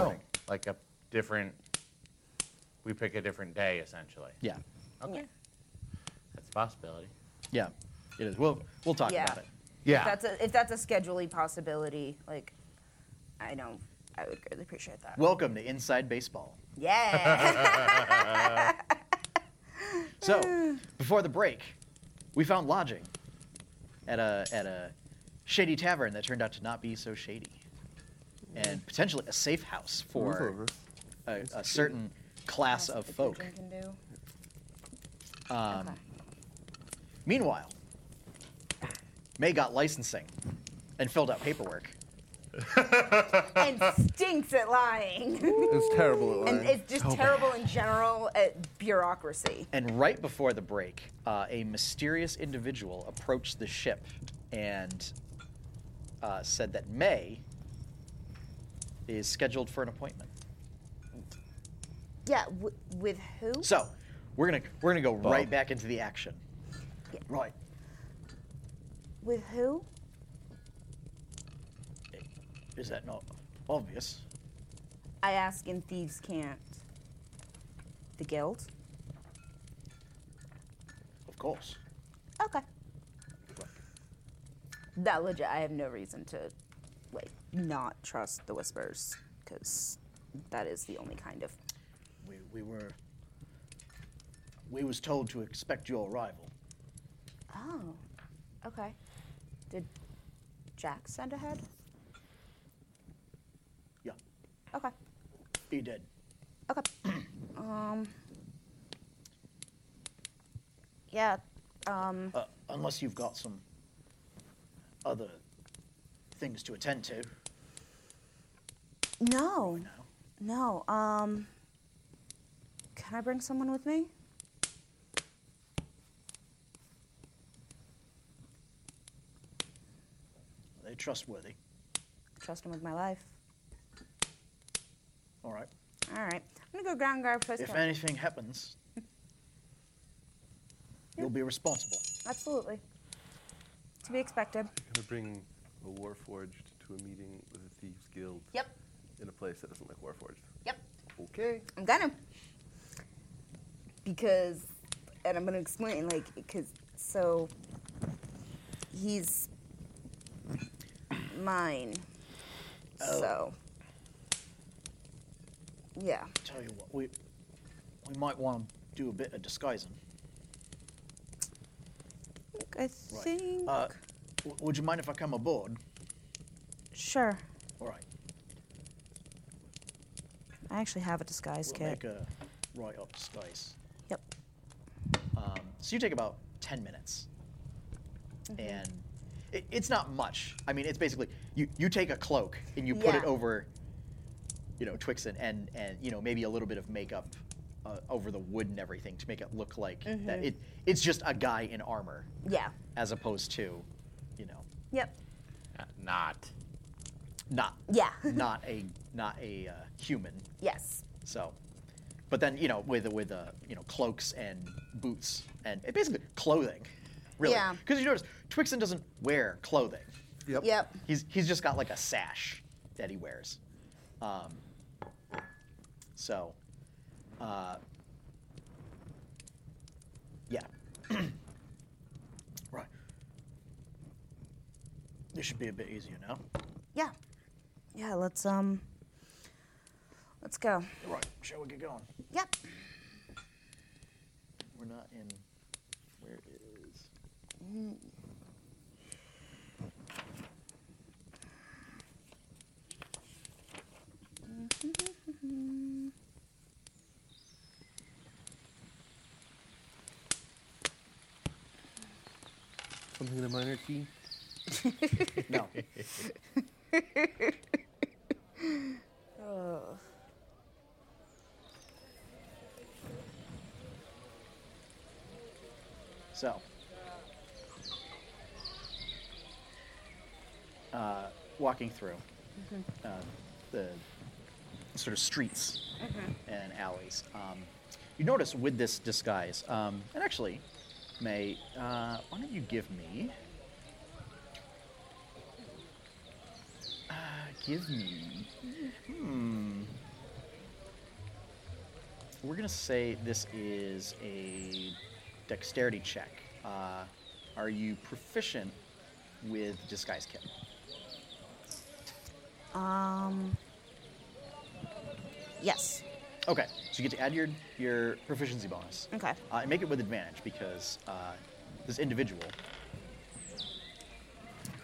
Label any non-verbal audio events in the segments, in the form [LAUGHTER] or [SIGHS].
Oh. like a different, we pick a different day essentially. Yeah, Okay. That's a possibility. yeah, it is. We'll, we'll talk Yeah. about it. Yeah. If that's a, if that's a scheduling possibility, like, I know, I would greatly appreciate that. Welcome to Inside Baseball. [LAUGHS] yeah. So, before the break, we found lodging at a at a shady tavern that turned out to not be so shady, and potentially a safe house for a, a certain class of If you folk. drink and do. Um, Okay. meanwhile, May got licensing and filled out paperwork. and stinks at lying. It's terrible at and lying. it's just terrible in general at bureaucracy. And right before the break, uh, a mysterious individual approached the ship and uh, said that May is scheduled for an appointment. Yeah, w- with who? So we're gonna we're gonna go right back into the action. Yeah. Right. with who? Is that not obvious? I ask in Thieves Can't. The Guild? Of course. Okay. That legit, I have no reason to, like, not trust the Whispers, because that is the only kind of. We, we were we was told to expect your arrival. Oh, okay. Did Jack send ahead? Yeah, Okay, he did. okay. um. Yeah, um, Uh, unless you've got some other things to attend to. no. No, um. Can I bring someone with me? They're trustworthy. Trust him with my life. All right. All right. I'm gonna go ground guard first. If guard. anything happens, you'll be responsible. Absolutely. To be expected. I'm gonna bring a Warforged to a meeting with the Thieves Guild. Yep. In a place that doesn't like Warforged. Yep. Okay. I'm gonna. Because, and I'm gonna explain, like, because, so, he's mine. Oh. So, yeah. Tell you what, we we might want to do a bit of disguising. I Right. think. Uh, w- would you mind if I come aboard? sure. All right. I actually have a disguise We'll kit. make a right up disguise. Yep. Um, so you take about 10 minutes. Mm-hmm. And it, it's not much. I mean, it's basically you, you take a cloak and you put it Yeah. over, you know, Twixen and, and, you know, maybe a little bit of makeup uh, over the wood and everything to make it look like Mm-hmm. that. It, it's just a guy in armor Yeah. as opposed to, you know, Yep. Uh, Not. not. Yeah. [LAUGHS] not a not a uh, human yes. So, but then you know, with with uh, you know cloaks and boots and it basically clothing, really. Yeah. Because you notice Twixen doesn't wear clothing. Yep. Yep. He's he's just got like a sash that he wears. Um, so, uh, yeah. right. This should be a bit easier now. Yeah. Yeah, let's um let's go. Right. Shall we get going? Yep. We're not in. Where is? Something in a minor key. No. so, uh, walking through uh, the sort of streets and alleys, um, you notice with this disguise, um, and actually, May, uh, why don't you give me? Give me. Hmm. We're gonna say this is a dexterity check. Uh, are you proficient with disguise kit? Um. Yes. Okay, so you get to add your your proficiency bonus. Okay. Uh, and make it with advantage because uh, this individual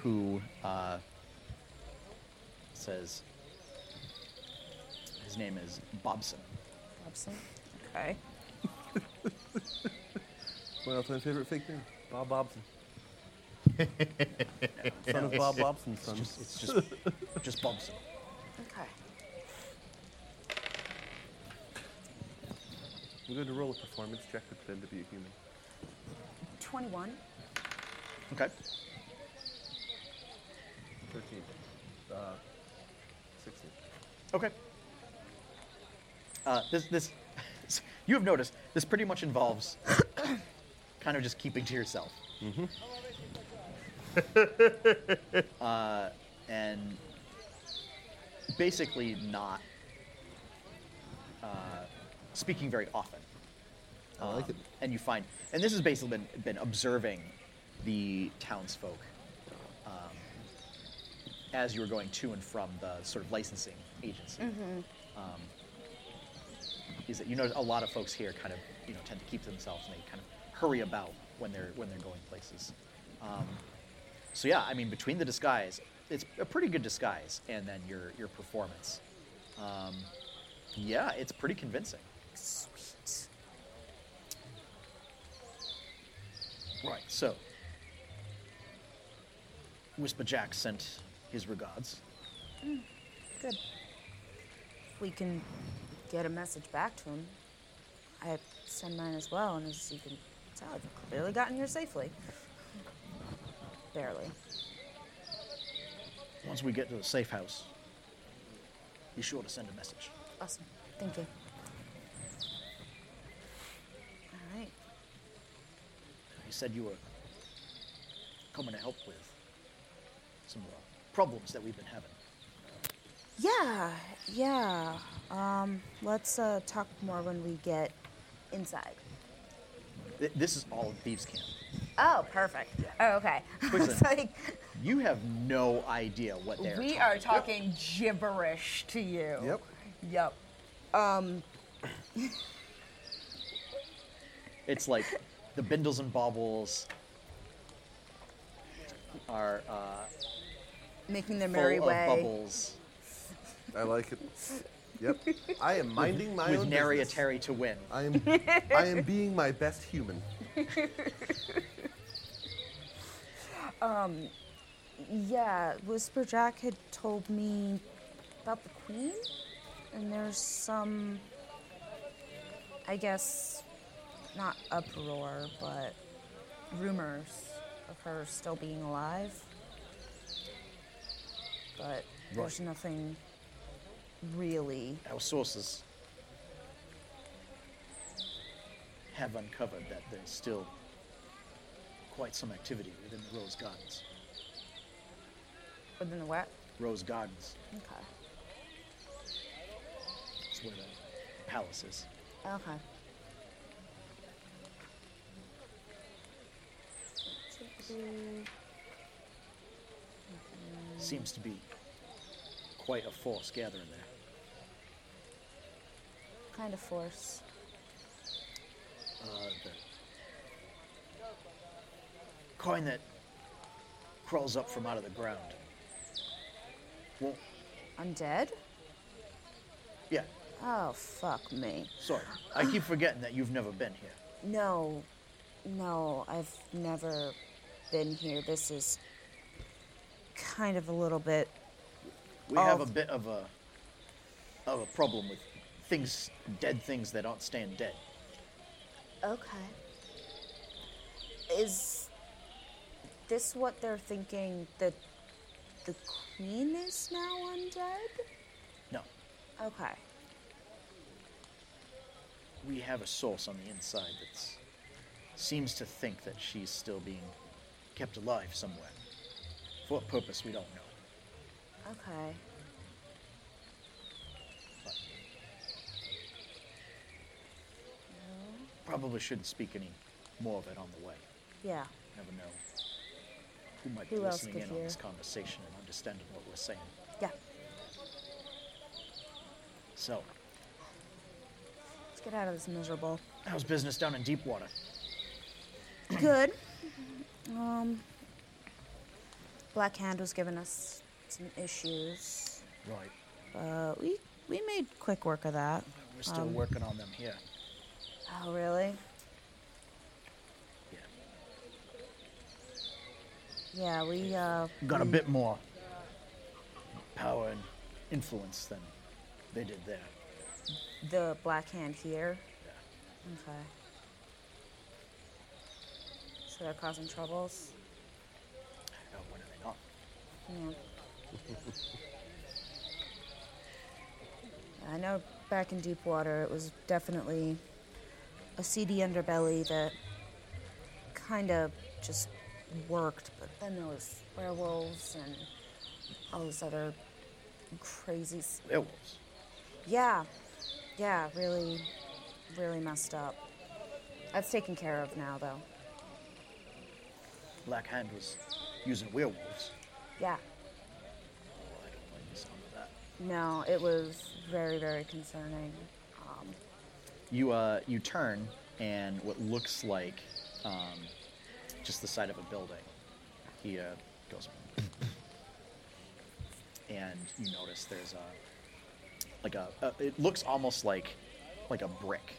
who uh, says his name is Bobson. Absent. Okay. My all-time favorite fake name, Bob Bobson. [LAUGHS] son of Bob Bobson's son. It's just, it's just, [LAUGHS] just Bobson. Okay. I'm going to roll a performance check to pretend to be a human. 21. Okay. 13. Uh, 16. Okay. Uh, this, this, [LAUGHS] you have noticed this pretty much involves [COUGHS] kind of just keeping to yourself. Mm-hmm. [LAUGHS] uh, and basically not uh, speaking very often. Um, I like it. And you find, and this has basically been, been observing the townsfolk um, as you were going to and from the sort of licensing agency. Um, is that you know a lot of folks here kind of you know tend to keep to themselves and they kind of hurry about when they're when they're going places. Um, so yeah, I mean between the disguise, it's a pretty good disguise, and then your your performance. Um, yeah, it's pretty convincing. Sweet. Right. So, Whisper Jack sent his regards. Good. If we can get a message back to him, I send mine as well, and as you can tell, I've clearly gotten here safely. Barely. Once we get to the safe house, be sure to send a message. Awesome. Thank you. All right. You said you were coming to help with some uh, problems that we've been having. Yeah, yeah. Um, let's uh, talk more when we get inside. Th- This is all thieves' camp. Oh, perfect. Oh, okay. [LAUGHS] Quick It's then. like, You have no idea what they're. We are talking gibberish to you. Yep. Yep. It's like the bindles and baubles are uh, making their merry full of way. bubbles I like it. Yep. I am minding my with own nary a business. Terry to win. I am, I am being my best human. Yeah, Whisper Jack had told me about the Queen, and there's some, I guess, not uproar, but rumors of her still being alive. But there's nothing really. Our sources have uncovered that there's still quite some activity within the Rose Gardens. Within the what? Rose Gardens Okay. is where the palace is. Okay. Seems to be quite a force gathering there. Kind of force. Uh, the coin that crawls up from out of the ground. Well, Undead? yeah, Oh, fuck me. sorry. I keep forgetting that you've never been here. No, no, I've never been here. This is kind of a little bit. We have a Of- bit of a of a problem with things, dead things that aren't staying dead. Okay. Is this what they're thinking that the queen is now undead? No, Okay. we have a source on the inside that seems to think that she's still being kept alive somewhere. For what purpose, we don't know. Okay. But Probably shouldn't speak any more of it on the way. Yeah. Never know who might be Who else listening could in on this hear? conversation and understanding what we're saying. Yeah. So, Let's get out of this miserable. how's business down in Deepwater? Good. Um, Black Hand was giving us some issues. Right. Uh, we we made quick work of that. We're still Um, working on them here. Oh really? Yeah. Yeah, we uh got a bit more power and influence than they did there. the Black Hand here. Yeah. Uh, Okay. So they're causing troubles. Now, when are they not? Yeah. [LAUGHS] I know back in Deepwater, it was definitely a seedy underbelly that kind of just worked, but then there was werewolves and all this other crazy. s- Werewolves. Yeah, yeah, really, really messed up. That's taken care of now, though. Black Hand was using werewolves. Yeah, Oh, I don't like the sound of that. no, it was very, very concerning. Um, You uh, you turn and what looks like um, just the side of a building. He uh, goes, and you notice there's a like a, a it looks almost like like a brick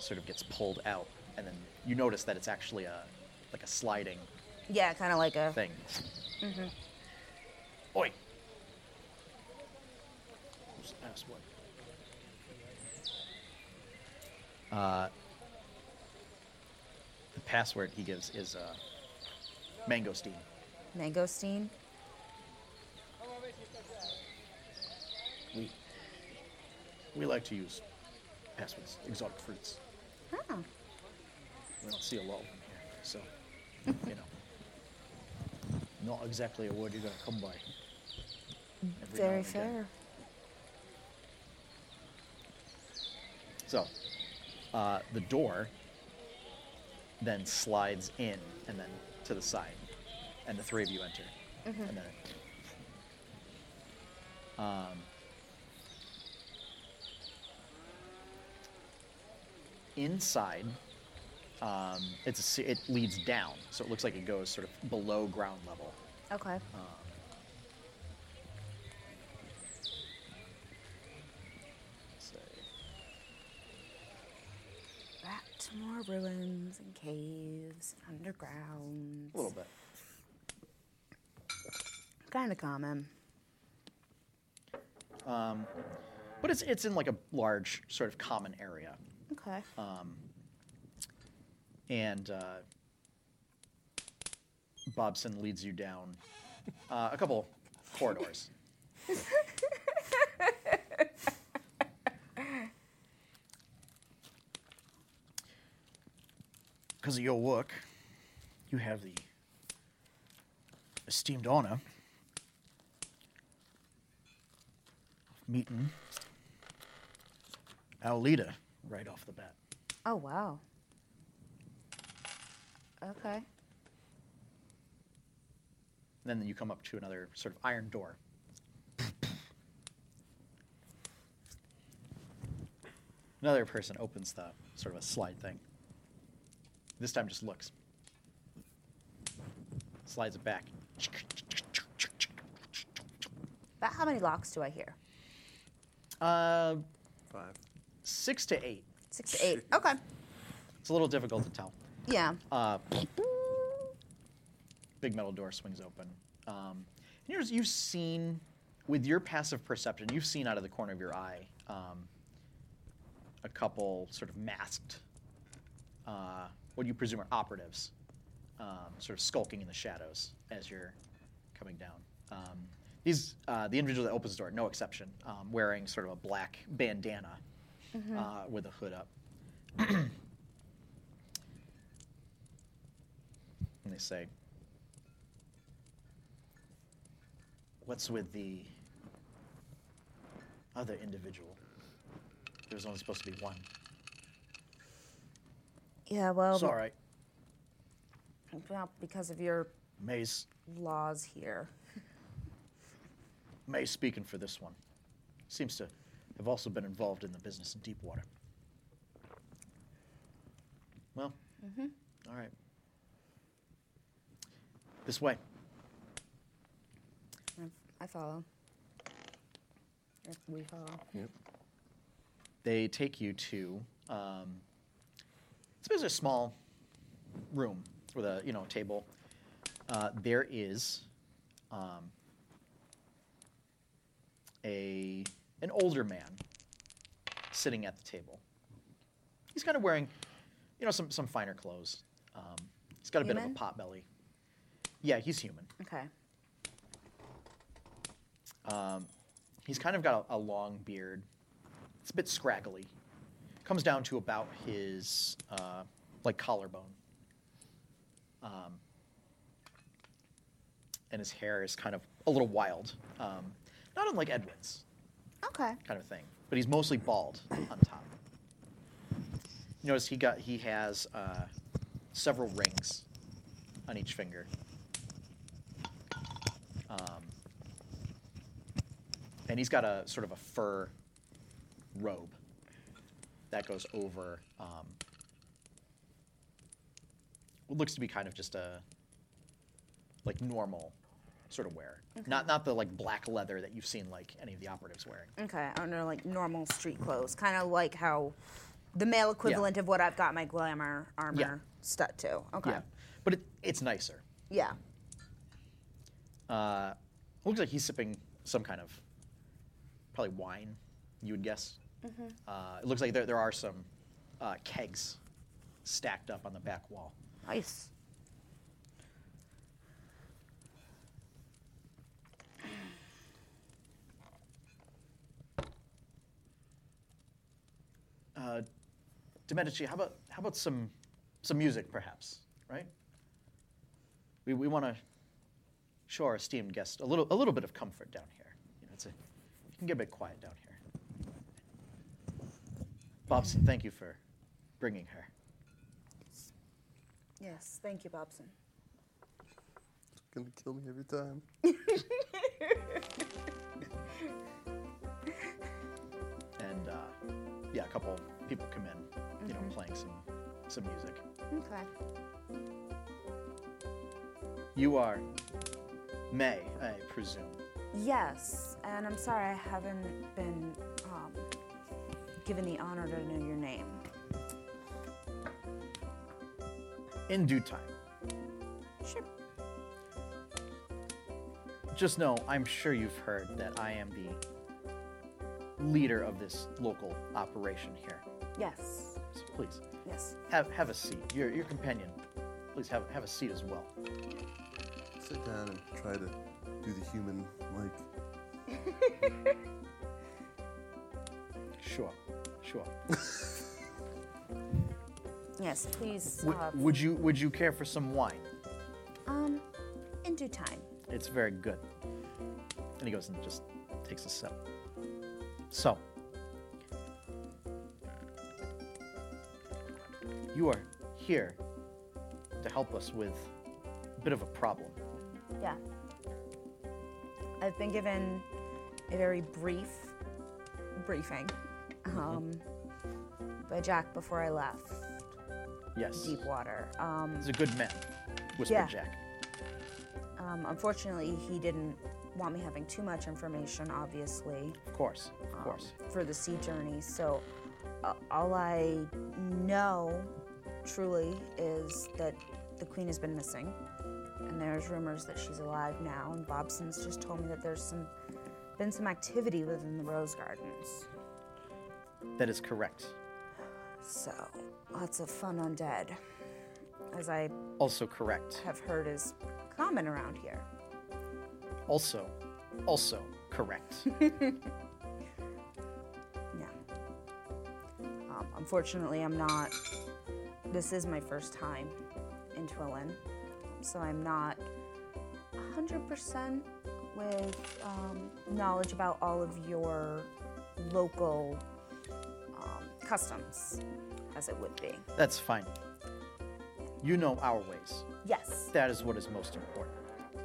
sort of gets pulled out, and then you notice that it's actually a like a sliding yeah, kind of like a. thing. Oi! Who's the password? Uh, the password he gives is uh, mangosteen. Mangosteen? We we like to use passwords, exotic fruits. Huh. We don't see a lot of them here, so you know, not exactly a word you're gonna come by. every now Very and again. fair. So, uh, the door then slides in and then to the side, and the three of you enter. And then, it- um, inside, um, it's a, se- it leads down, so it looks like it goes sort of below ground level. Okay. Uh-huh. So, Back to more ruins and caves and underground. a little bit. Kind of common. But it's, it's in like a large sort of common area. Okay. Uh. and uh, Bobson leads you down uh, a couple corridors. [LAUGHS] Because of your work, you have the esteemed honor of meeting our leader right off the bat. oh, wow. Okay. And then you come up to another sort of iron door. another person opens the sort of a slide thing. This time just looks. Slides it back. About how many locks do I hear? Uh, Five. six to eight. Six to eight. Okay. It's a little difficult to tell. Yeah. Uh, big metal door swings open. Um, and yours, you've seen, with your passive perception, you've seen out of the corner of your eye um, a couple sort of masked, uh, what you presume are operatives, um, sort of skulking in the shadows as you're coming down. Um, these, uh, the individual that opens the door, no exception, um, wearing sort of a black bandana uh, with a hood up. and they say, What's with the other individual? There was only supposed to be one. Yeah, well, It's all right. well, because of your May's laws here. May speaking for this one. Seems to have also been involved in the business in Deepwater. Well, all right. This way. I- I follow. Or We follow. Yep. They take you to. Um, it's basically a small room with a you know table. Uh, there is um, a an older man sitting at the table. He's kind of wearing, you know, some some finer clothes. Um, he's got a bit of Human? a pot belly. Yeah, he's human. Okay. He's kind of got a, a long beard. It's a bit scraggly. Comes down to about his uh, like collarbone. Um, and his hair is kind of a little wild, um, not unlike Edwin's Okay. kind of thing. But he's mostly bald on top. You notice he got he has uh, several rings on each finger. Um, and he's got a sort of a fur robe that goes over um, what looks to be kind of just a like normal sort of wear. Not not the like black leather that you've seen like any of the operatives wearing. Okay. Under like normal street clothes, kind of like how the male equivalent of what I've got my glamour armor stuck to. Okay. Yeah, but it, it's nicer. Yeah. Uh, looks like he's sipping some kind of probably wine, you would guess. Uh, it looks like there, there are some uh, kegs stacked up on the back wall. Nice. De Medici, how about how about some some music, perhaps? Right. We, we want to show our esteemed guest a little a little bit of comfort down here. You know, it's a it can get a bit quiet down here. Bobson, thank you for bringing her. Yes. Thank you, Bobson. It's gonna kill me every time. and uh, yeah, a couple people come in, you know, playing some some music. Okay. You are May, I presume. Yes, and I'm sorry I haven't been um, given the honor to know your name. In due time. Sure. Just know, I'm sure you've heard that I am the leader of this local operation here. Yes. So please Yes. have have a seat. Your your companion, please have have a seat as well. Sit down and try to do the human like. Sure, sure. Yes. Please. Would- uh, would you would you care for some wine? Um, in due time. It's very good. And he goes and just takes a sip. So, you are here to help us with a bit of a problem. Yeah. I've been given a very brief briefing um, by Jack before I left Yes. Deepwater. Um, He's a good man, whispered Yeah. Jack. um, unfortunately, he didn't want me having too much information, obviously. Of course, of Um. course. for the sea journey. So uh, all I know truly is that the queen has been missing, and there's rumors that she's alive now. And Bobson's just told me that there's some been some activity within the Rose Gardens. That is correct. So lots of fun undead, as I Also correct. have heard is common around here. Also, also correct. Yeah. Um, unfortunately, I'm not. This is my first time in Twillin, so I'm not 100% with um, knowledge about all of your local um, customs as it would be. That's fine. You know our ways. Yes. That is what is most important.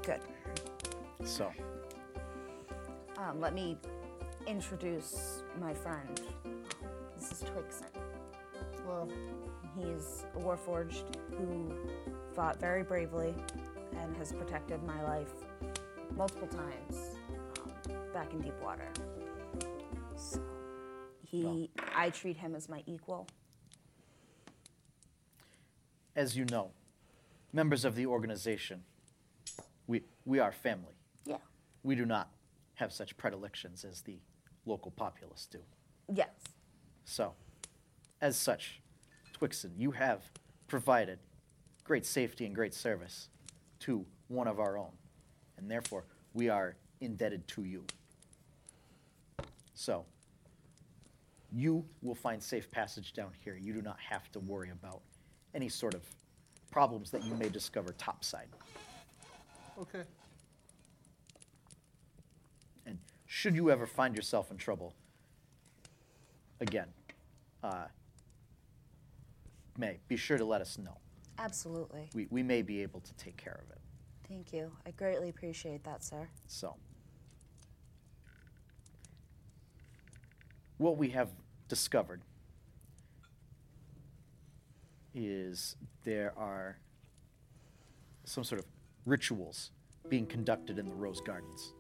Good. So, Um, let me introduce my friend. This is Twixen. Well, he's a Warforged who fought very bravely and has protected my life multiple times um, back in deep water. So he, I treat him as my equal. as you know, members of the organization, we, we are family. Yeah. We do not have such predilections as the local populace do. Yes. So, as such, Twixen, you have provided great safety and great service to one of our own, and therefore we are indebted to you. So, you will find safe passage down here. You do not have to worry about any sort of problems that you may discover topside. Okay. And should you ever find yourself in trouble, again, uh, May, be sure to let us know. Absolutely. We, we may be able to take care of it. Thank you. I greatly appreciate that, sir. So, what we have discovered is there are some sort of rituals being conducted in the Rose Gardens.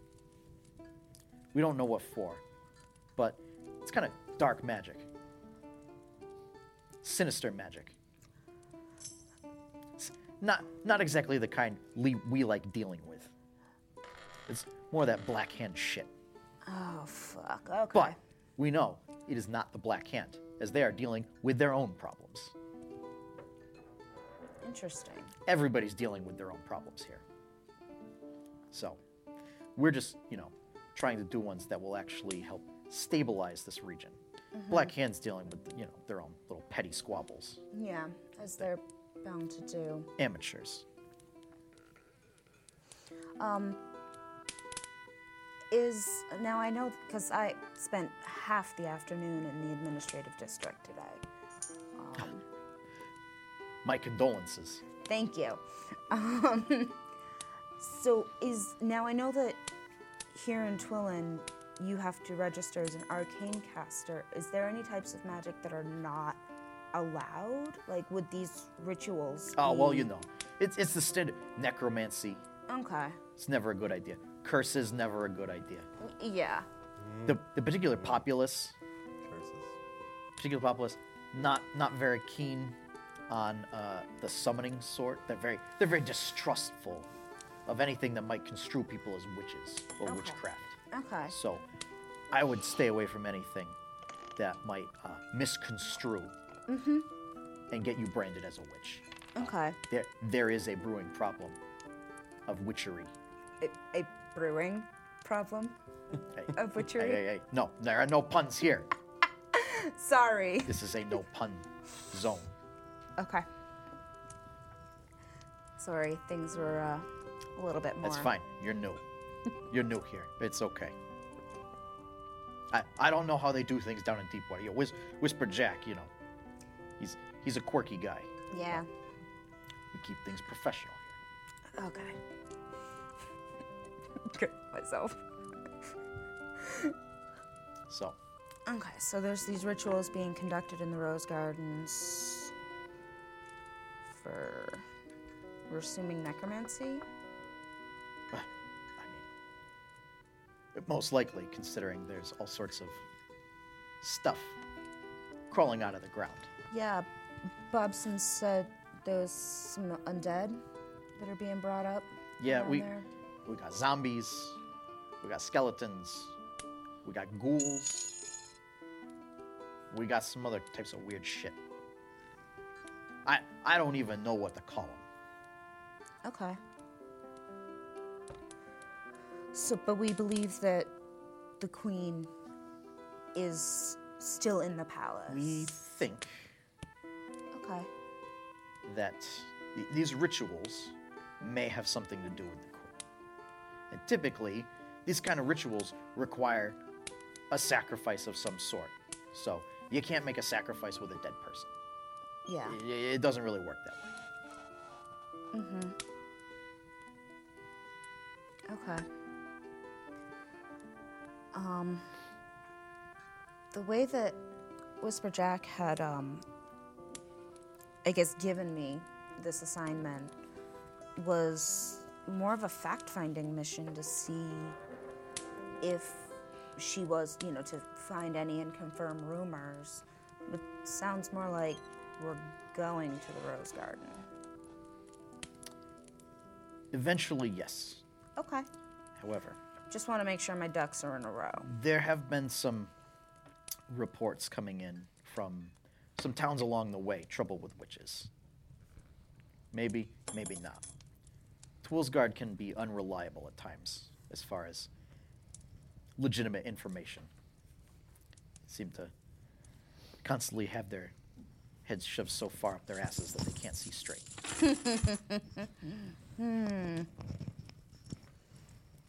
We don't know what for, but it's kind of dark magic, sinister magic. It's not not exactly the kind le- we like dealing with. It's more that black hand shit. Oh, fuck. Okay. But we know it is not the black hand, as they are dealing with their own problems. Interesting. Everybody's dealing with their own problems here. So, we're just, you know, trying to do ones that will actually help stabilize this region. Black hand's dealing with, you know, their own little petty squabbles. Yeah, as they're bound to do. Amateurs. Is now I know because I spent half the afternoon in the administrative district today. My condolences. Thank you. [LAUGHS] Um, so is now I know that here in Twillin you have to register as an arcane caster. Is there any types of magic that are not allowed? Like would these rituals? Oh, well, be- you know, it's, it's the standard necromancy. Okay. It's never a good idea. Curse is never a good idea. Yeah. The, the particular populace Curses. particular populace not not very keen on uh, the summoning sort. They're very they're very distrustful of anything that might construe people as witches or witchcraft. Okay. So I would stay away from anything that might uh, misconstrue Mm-hmm. and get you branded as a witch. Okay. There there is a brewing problem of witchery. A, a brewing problem Hey, of hey, witchery. hey, hey. No, there are no puns here. Sorry. This is a no pun zone. Okay. Sorry, things were uh, a little bit more. That's fine. You're new. You're new here. It's okay. I, I don't know how they do things down in Deepwater. You know, Whis- Whisper Jack, you know, he's he's a quirky guy. Yeah. We keep things professional here. Okay. [LAUGHS] Good myself. So, [SIGHS] Okay, so there's these rituals being conducted in the Rose Gardens for. We're assuming necromancy? uh, I mean, most likely, considering there's all sorts of stuff crawling out of the ground. Yeah, Bobson said there's some undead that are being brought up. Yeah, around we there. we got zombies, we got skeletons, we got ghouls, we got some other types of weird shit. I I don't even know what to call them. Okay. So, but we believe that the queen is still in the palace. We think Okay. that th- these rituals may have something to do with the queen. And typically, these kind of rituals require a sacrifice of some sort. So you can't make a sacrifice with a dead person. Yeah. It, it doesn't really work that way. Okay. Um, the way that Whisper Jack had, um, I guess, given me this assignment was more of a fact finding mission to see if she was, you know, to find any and confirm rumors. It sounds more like we're going to the Rose Garden. Eventually, yes. Okay. However, Just want to make sure my ducks are in a row. there have been some reports coming in from some towns along the way, trouble with witches. Maybe, maybe not. Twilsgard can be unreliable at times as far as legitimate information. Seem to constantly have their heads shoved so far up their asses that they can't see straight.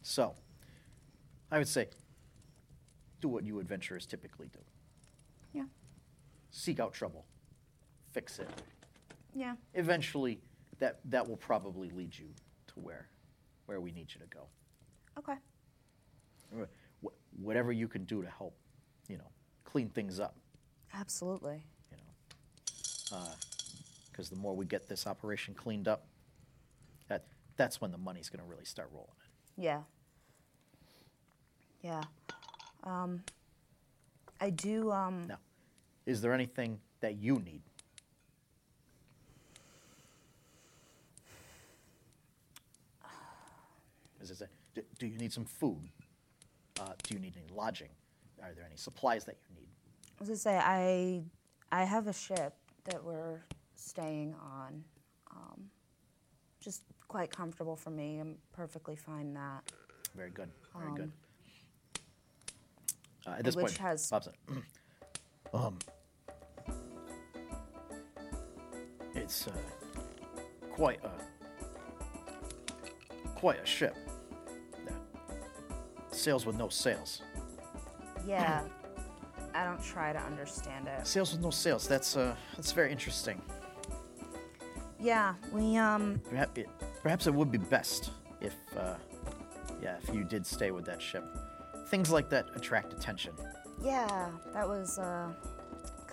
So, I would say do what you adventurers typically do Yeah. seek out trouble, fix it. Yeah. Eventually, that, that will probably lead you to where, where we need you to go. Okay. Wh- wh- Whatever you can do to help, you know, clean things up, Absolutely. you know. Because the more we get this operation cleaned up, that, that's when the money's going to really start rolling in. Yeah. Yeah. Um, I do. Um, Now, is there anything that you need? Is it, do, do you need some food? Uh, do you need any lodging? Are there any supplies that you need? I was gonna say I, I have a ship that we're staying on, um, just quite comfortable for me. I'm perfectly fine that. Very good. Very good. Uh, at this Um, which point, has- Bob's like, um, it's uh, quite a quite a ship. Yeah. Sails with no sails. Yeah. I don't try to understand it. Sails with no sails. That's uh, that's very interesting. Yeah, we um Perhaps it, perhaps it would be best if, uh, yeah, if you did stay with that ship. Things like that attract attention. Yeah, that was uh,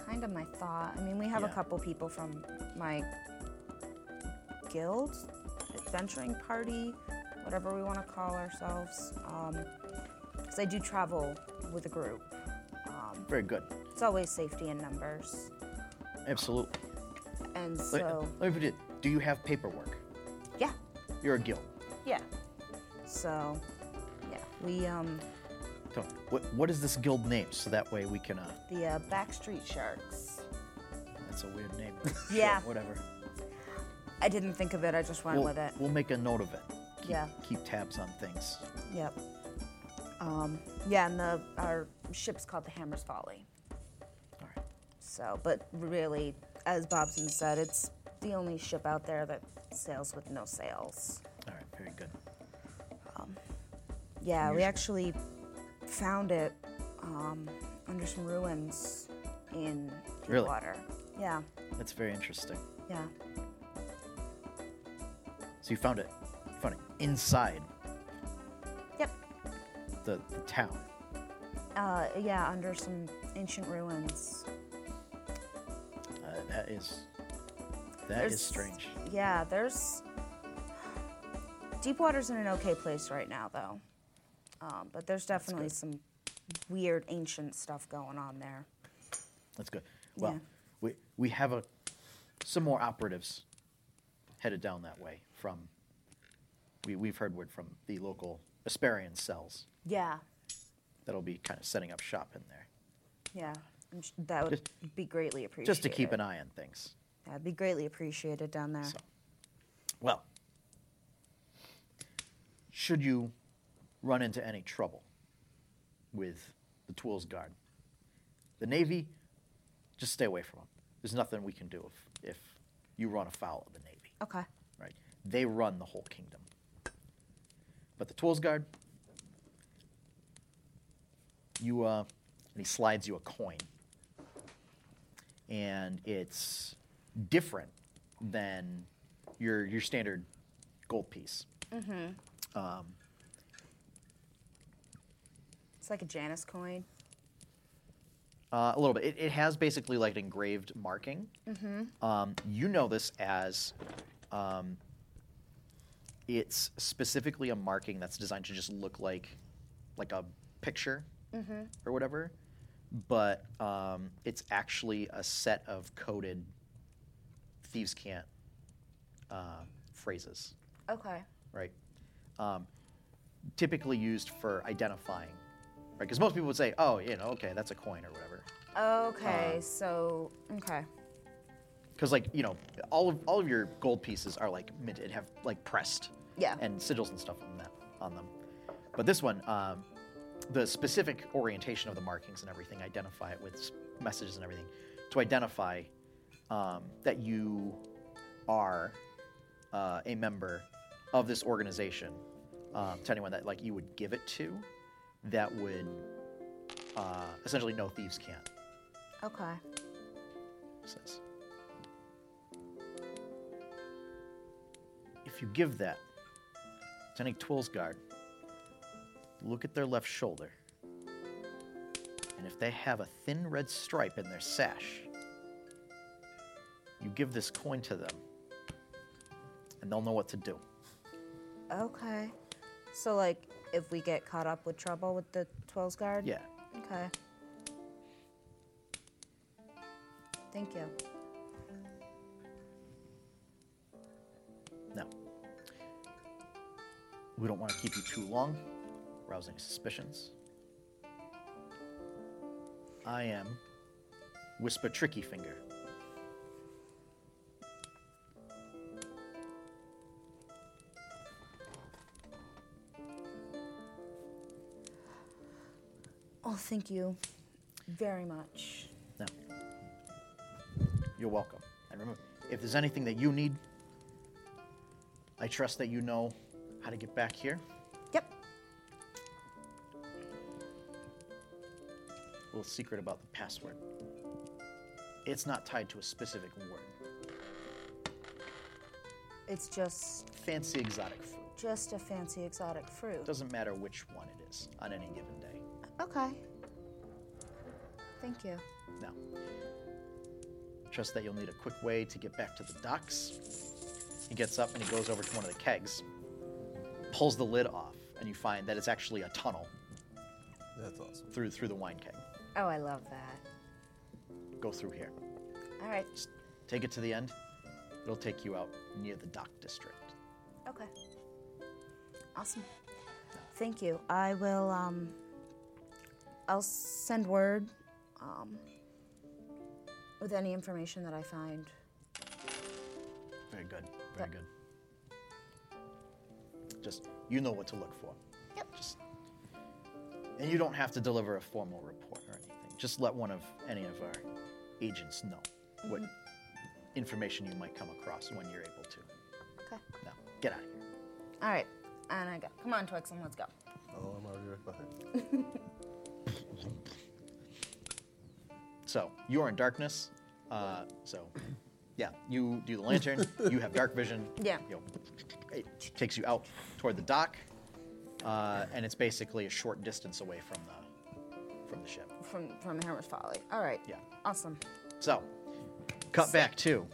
kind of my thought. I mean, we have a Yeah. couple people from my guild, adventuring party, whatever we want to call ourselves. Because I do travel with a group. Very good. It's always safety in numbers. Absolutely. And Let, so, let me put it. Do you have paperwork? yeah, You're a guild. yeah. So, yeah, we, um, So, What, what is this guild name? So that way we can. Uh, the uh, Backstreet Sharks. that's a weird [LAUGHS] name. but sure, Yeah. whatever. I didn't think of it, I just went We'll, with it. we'll make a note of it. Keep, Yeah. Keep tabs on things. Yep. Um, yeah, and the our ship's called the Hammer's Folly. All right. So, but really, as Bobson said, it's the only ship out there that sails with no sails. All right. Very good. Yeah, we actually found it um, under some ruins in the Really? water. Yeah, That's very interesting. yeah, So you found it. You found it inside yep. the, the town. Uh, yeah, under some ancient ruins. Uh, that is. that is There's- strange. Yeah, there's. Deepwater's in an okay place right now, though. Um, but there's definitely some weird ancient stuff going on there. That's good. Well, Yeah. we we have a some more operatives headed down that way from. We we've heard word from the local Asperian cells Yeah, that'll be kind of setting up shop in there, yeah. I'm sh- that would Just- be greatly appreciated. just to keep an eye on things. That'd be greatly appreciated down there. So, well, should you run into any trouble with the Tools Guard, the Navy, just stay away from them. There's nothing we can do if, if you run afoul of the Navy. Okay. right? They run the whole kingdom. But the Tools Guard, you uh, and he slides you a coin, and it's different than your your standard gold piece. It's like a Janus coin. Uh, a little bit. It, it has basically like an engraved marking. Um, you know this as um, it's specifically a marking that's designed to just look like like a picture or whatever, but um, it's actually a set of coded thieves can't uh, phrases, Okay. right? Um, typically used for identifying, right? Because most people would say, "Oh, you know, okay, that's a coin or whatever." Okay, Uh. so okay. because like you know all of all of your gold pieces are like minted and have like pressed Yeah. and sigils and stuff on that on them but this one um, the specific orientation of the markings and everything identify it with s- messages and everything to identify um, that you are uh, a member of this organization um, to anyone that like you would give it to that would uh, essentially no thieves can't Okay. says. If you give that to any Twilsguard, look at their left shoulder. And if they have a thin red stripe in their sash, you give this coin to them, and they'll know what to do. Okay. So like if we get caught up with trouble with the Twelves guard? Yeah. Okay. Thank you. No. We don't want to keep you too long, rousing suspicions. I am Whisper Tricky Finger. Oh, thank you very much. No. You're welcome. And remember, if there's anything that you need, I trust that you know how to get back here. Yep. little secret about the password. It's not tied to a specific word. It's just Fancy exotic fruit. just a fancy exotic fruit. Doesn't matter which one it is on any given day. Okay. Thank you. Now, trust that you'll need a quick way to get back to the docks. He gets up and he goes over to one of the kegs, pulls the lid off, and you find that it's actually a tunnel That's awesome. through through the wine keg. Oh, I love that. Go through here. All right. Just take it to the end. It'll take you out near the dock district. Okay. Awesome. Thank you. I will um I'll send word um with any information that I find. Very good. Very good. Just you know what to look for. Yep. Just and you don't have to deliver a formal report or anything. Just let one of any of our agents know what information you might come across when you're able to. Okay. Now, get out of here. All right. And I go. Come on, Twixen, let's go. Oh, I'm already right behind. So you are in darkness. Uh, so, yeah, you do the lantern. you have dark vision. Yeah. You know, it takes you out toward the dock, uh, and it's basically a short distance away from the from the ship. From from Hammer's Folly. All right. Yeah. Awesome. So, cut back to.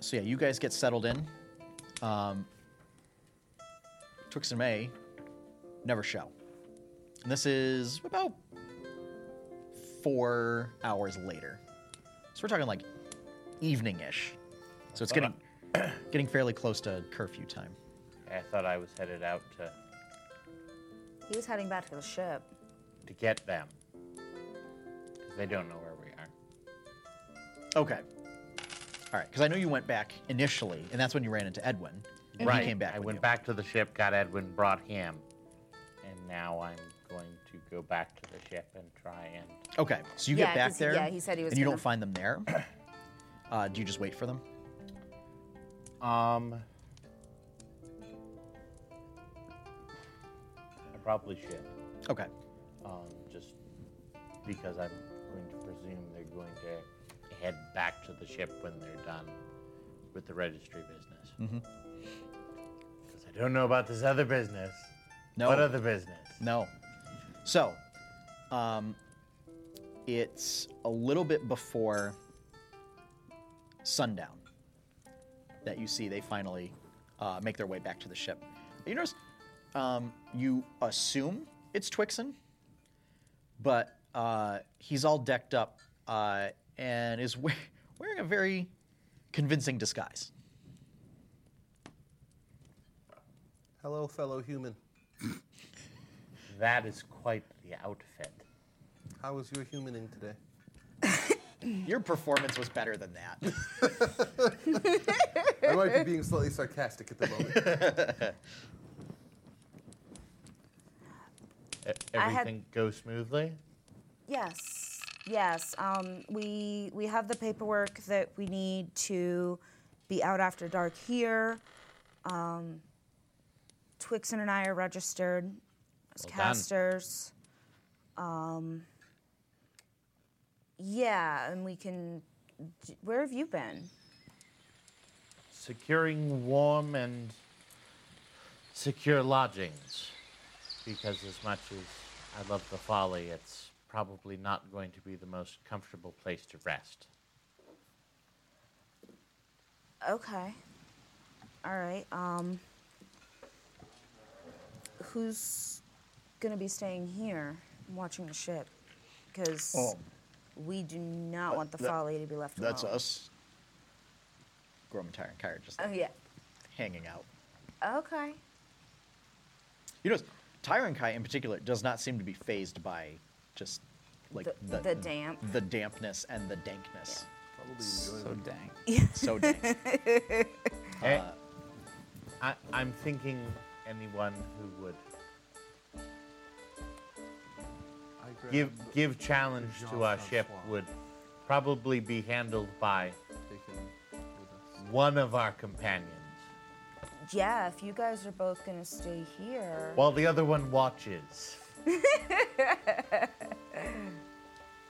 So yeah, you guys get settled in. Um, Twix and May never show. And this is about four hours later. So we're talking like evening-ish. So it's getting [CLEARS THROAT] getting fairly close to curfew time. I thought I was headed out to, He was heading back to the ship. to get them. 'Cause they don't know where we are. Okay. All right, because I know you went back initially, and that's when you ran into Edwin. and he Right. came back. I with went you. back to the ship, got Edwin, brought him, and now I'm going to go back to the ship and try and. Okay, so you Yeah, get back 'cause he- there. yeah, he said he was And you gonna- don't find them there. [COUGHS] uh, do you just wait for them? Um. I probably should, Okay. um, just because I'm going to presume they're going to head back to the ship when they're done with the registry business. Because I don't know about this other business. No. What other business? No. So, um, it's a little bit before sundown that you see they finally uh, make their way back to the ship. You notice, um, you assume it's Twixen, but uh, he's all decked up uh, and is we- wearing a very convincing disguise. Hello, fellow human. That is quite the outfit. How was your humaning today? Your performance was better than that. I might be being slightly sarcastic at the [LAUGHS] moment. E- I had- Everything goes smoothly? Yes, yes. Um, we we have the paperwork that we need to be out after dark here. Um, Twixen and I are registered as Well done. casters. Um, yeah, and we can. d- Where have you been? Securing warm and secure lodgings. Because as much as I love the folly, it's probably not going to be the most comfortable place to rest. Okay. All right. Um, who's gonna be staying here and watching the ship? Because Oh. we do not want the that- folly to be left alone. That's us. Gromatire and Kyra just Oh yeah. hanging out. Okay. You know, Tyron Kai in particular does not seem to be phased by just like The- the, the damp. the dampness and the dankness. Probably enjoying So [LAUGHS] dang. So dank. Eh, I, I'm thinking anyone who would I grabbed give the- give challenge to our ship Jean-Francois. would probably be handled by taken with us. one of our companions Yeah, if you guys are both gonna stay here. while the other one watches.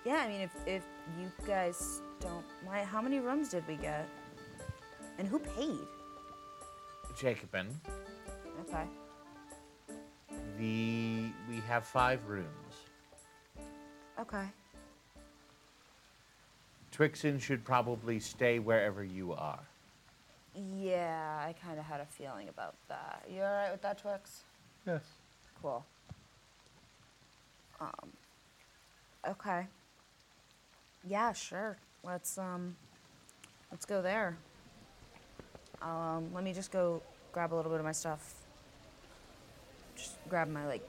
Yeah, I mean, if if you guys don't mind, how many rooms did we get? And who paid? Jacobin, Okay. the we have five rooms. Okay. Twixen should probably stay wherever you are. Yeah, I kind of had a feeling about that. You all right with that, Twix? Yes. Cool. Um, okay. Yeah, sure. Let's um, let's go there. Um, let me just go grab a little bit of my stuff. Just grab my like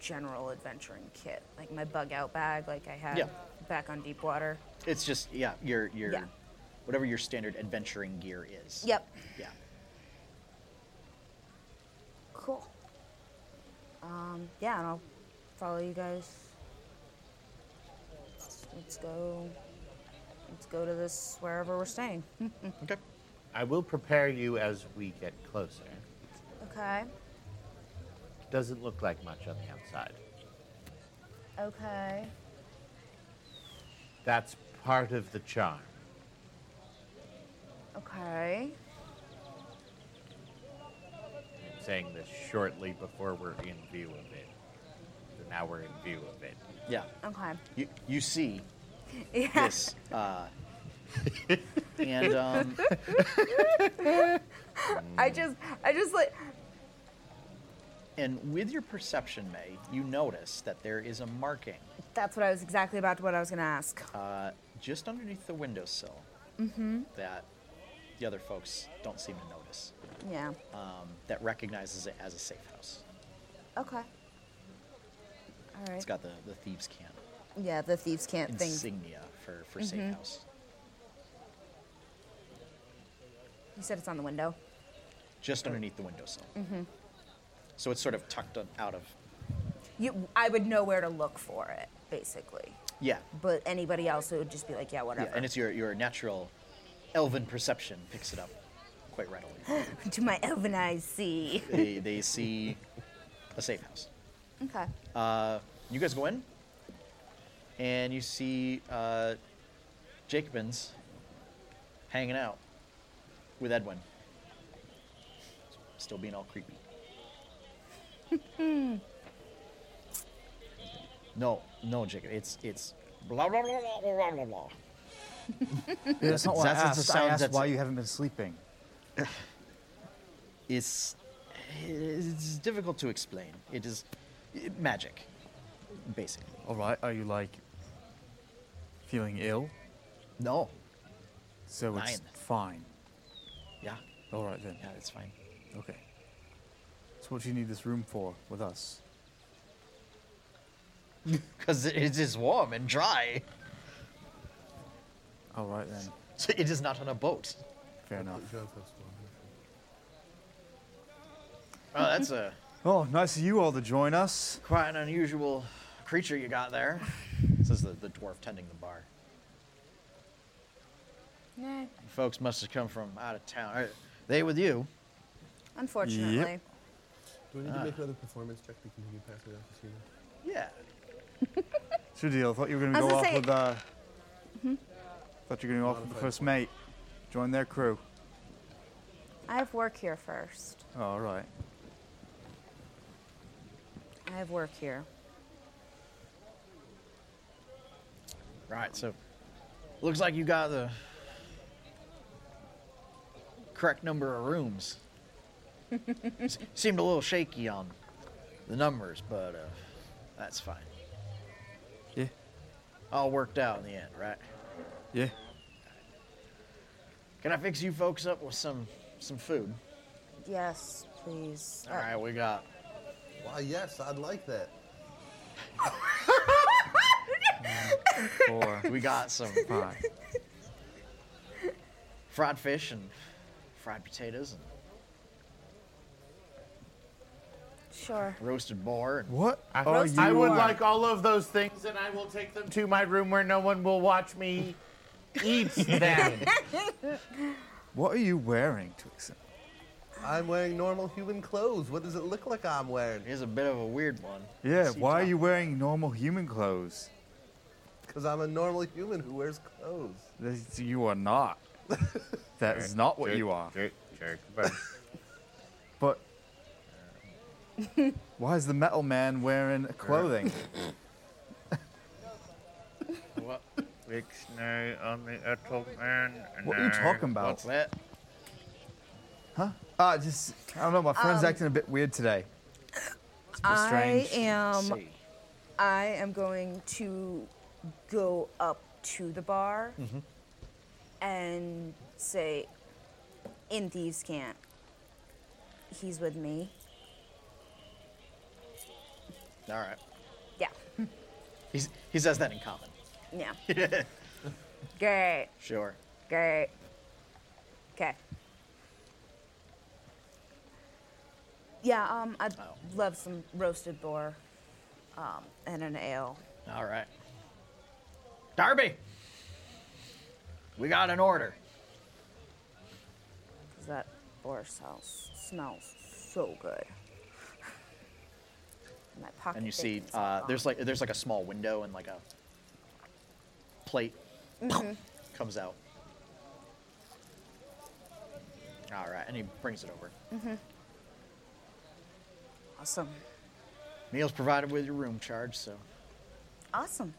general adventuring kit, like my bug out bag, like I had Yeah. back on Deepwater. it's just yeah, your your Yeah. whatever your standard adventuring gear is. Yep. Yeah. Cool. Um, yeah, and I'll follow you guys. Let's, let's go. Let's go to this wherever we're staying. [LAUGHS] Okay. I will prepare you as we get closer. okay. Doesn't look like much on the outside. Okay. That's part of the charm. Okay. I'm saying this shortly before we're in view of it. So now we're in view of it. Yeah. Okay. You you see Yeah. this [LAUGHS] uh and um I Mm. just, I just like. and with your perception, May, you notice that there is a marking That's what I was exactly about. What I was gonna ask. uh, just underneath the windowsill that the other folks don't seem to notice. Yeah. um, that recognizes it as a safe house. Okay. All right. It's got the, the thieves camp yeah, the thieves can't think. insignia for, for safe house. You said it's on the window. Just underneath the windowsill. So it's sort of tucked on, out of, You, I would know where to look for it, basically. yeah, But anybody else, it would just be like, yeah, whatever. yeah. And it's your, your natural elven perception picks it up quite readily. to my [LAUGHS] elven eyes see. they, they see a safe house. Okay. Uh, you guys go in, and you see uh, Jacobins hanging out with Edwin. Still being all creepy. no, no, Jacob. It's it's blah blah blah blah blah blah blah. That's not what I that's- that's asked. the I sound asked that's- why you haven't been sleeping. It's it's difficult to explain. It is it- magic, basically. All right. Are you like feeling ill? No, So it's Fine. fine. yeah, All right then. yeah, it's fine. Okay. So what do you need this room for with us? Because it, it is warm and dry. [LAUGHS] All right then. So it is not on a boat. Fair enough. Oh, that's a Oh, nice of you all to join us. quite an unusual creature you got there. Says the, the dwarf tending the bar. Nah, Folks must have come from out of town. Are they with you? unfortunately. Do we need Ah. to make another performance check to continue passing out this human? Yeah. Sure deal. I thought you were going I to was go gonna off say- Mm-hmm. with. Uh, Thought you were going to go off with the Modified first point. mate. Join their crew. I have work here first. Oh, all right. I have work here. Right, so looks like you got the correct number of rooms. [LAUGHS] S- Seemed a little shaky on the numbers, but uh, that's fine. Yeah. All worked out in the end, right? [LAUGHS] Yeah. Can I fix you folks up with some some food? Yes, please. Uh, All right, we got Why, yes, I'd like that. Four. we got some five. fried fish and fried potatoes and Sure. roasted boar and What I, are Oh, you? I would are- like all of those things, and I will take them to my room where no one will watch [LAUGHS] me eat them. What are you wearing, Twixen? I'm wearing normal human clothes. What does it look like I'm wearing? Here's a bit of a weird one. Yeah. See, Why are Tom. you wearing normal human clothes? Because I'm a normal human who wears clothes. This- You [LAUGHS] are not. That is not what you are. But [LAUGHS] why is the metal man wearing [LAUGHS] clothing? What, What are you talking about? what's that? Ah, just I don't know. My friend's Um, acting a bit weird today. It's a bit I strange. am See. I am going to go up to the bar and say, in Thieves Camp, he's with me. All right. Yeah, He's, he says that in common. yeah. great, Sure. great. Okay. Yeah, um, I'd Oh. love some roasted boar um, and an ale. All right. Darby, we got an order. 'cause that boar sauce smells so good. [LAUGHS] My pocket And you see, thickens uh, up there's on like there's like a small window and like a plate [LAUGHS] comes out. All right, and he brings it over. it. awesome, Meal's provided with your room charge, so awesome.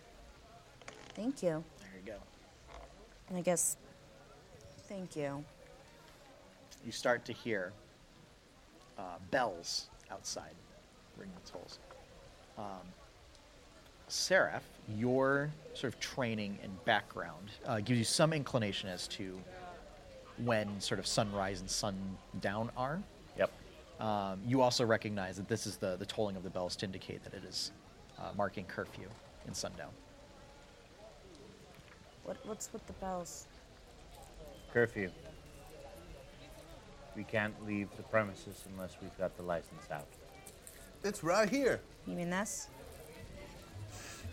Thank you, there you go. and I guess thank you. You start to hear uh, bells outside ringing tolls. Seraph, your sort of training and background uh, gives you some inclination as to when sort of sunrise and sundown are. Yep. Um, you also recognize that this is the, the tolling of the bells to indicate that it is uh, marking curfew in sundown. What, what's with the bells? Curfew. We can't leave the premises unless we've got the license out. It's right here. You mean this?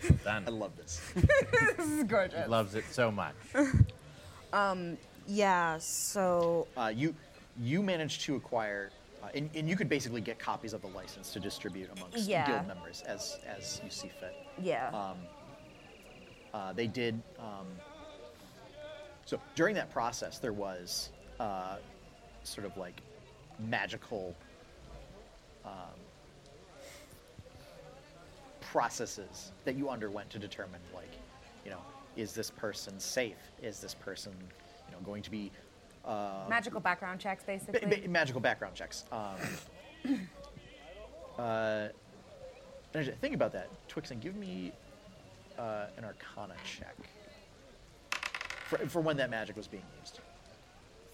I Dan love this. This is gorgeous. loves it so [LAUGHS] much. Yeah. So uh, you you managed to acquire, uh, and, and you could basically get copies of the license to distribute amongst Yeah. guild members as as you see fit. yeah, Uh, they did um, So during that process, there was uh, sort of like magical um, processes that you underwent to determine like you know is this person safe is this person you know going to be uh, Magical background checks, ba- basically. ba- magical background checks um, [COUGHS] uh, actually, think about that twixen give me uh, an arcana check for, for when that magic was being used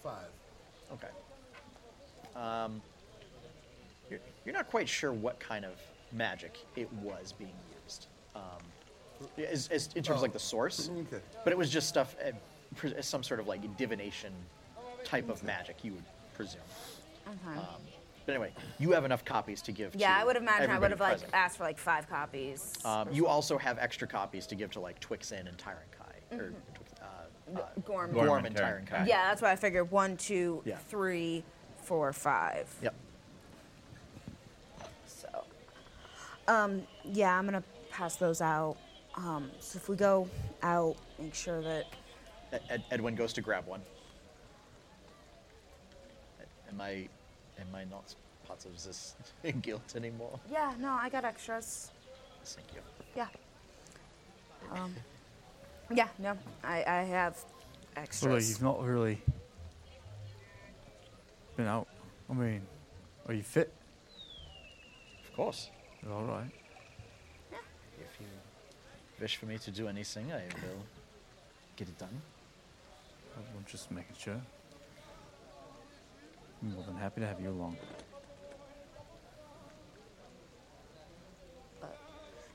Five. Okay. Um, you're, you're not quite sure what kind of magic it was being used. Um, yeah, as, as, in terms of like the source, Okay. but it was just stuff, uh, pres- some sort of like divination type of magic, you would presume. Um, Okay. But anyway, you have enough copies to give. Mm-hmm. yeah, to I would imagine I everybody would have like present. asked for like five copies. Um, you also have extra copies to give to like Twixen and Tyrant Kai, or Twix, uh, uh, Gorm Gorm. Mm-hmm. Gorm and and Tyrant Tyrant Kai. Yeah, that's why I figured one, two, Yeah. three, four, five. Yep. So, um, yeah, I'm gonna pass those out. Um, so if we go out, make sure that Ed- E, Ed- Edwin goes to grab one. E, Am I, am I not part of this [LAUGHS] guilt anymore? yeah, no, I got extras. Thank you. Yeah. Um, yeah, no, I I have Well, like, extras. you've not really been out. I mean, are you fit? Of course. You're all right. If you wish for me to do anything, I will get it done. I'm just making sure. I'm more than happy to have you along.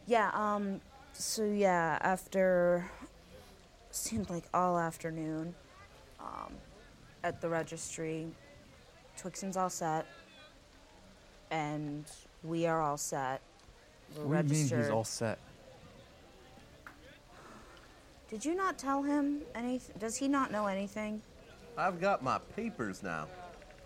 Yeah, um, so yeah, after seemed like all afternoon, um, at the registry, Twixen's all set, and we are all set. We're What do you mean registered. he's all set? Did you not tell him anything? Does he not know anything? I've got my papers now.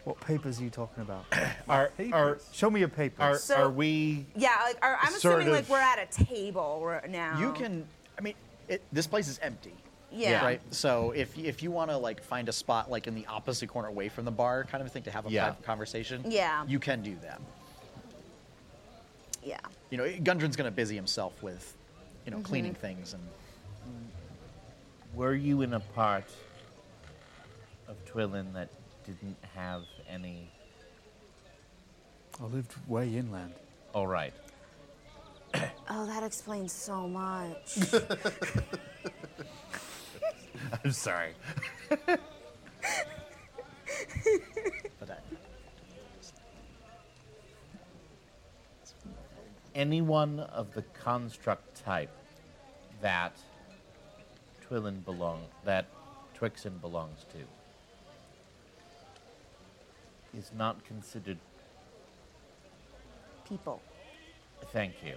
What papers are you [COUGHS] talking about? Are, are, Papers. Show me your papers. are, So- are we Yeah, like, are, I'm Sort assuming like of- we're at a table right now. You can, I mean, it, this place is empty. Um, Yeah. Right. So if y- if you want to like find a spot like in the opposite corner away from the bar, kind of thing to have a Yeah. private conversation. Yeah. You can do that. Yeah. you know, Gundren's going to busy himself with, you Mm-hmm. know, cleaning things and Were you in a part of Twillin that didn't have any? I lived way inland. All right. [LAUGHS] Oh, that explains so much. I'm sorry. [LAUGHS] but that. Anyone of the construct type that Twillin belong that Twixen belongs to is not considered. People. Thank you.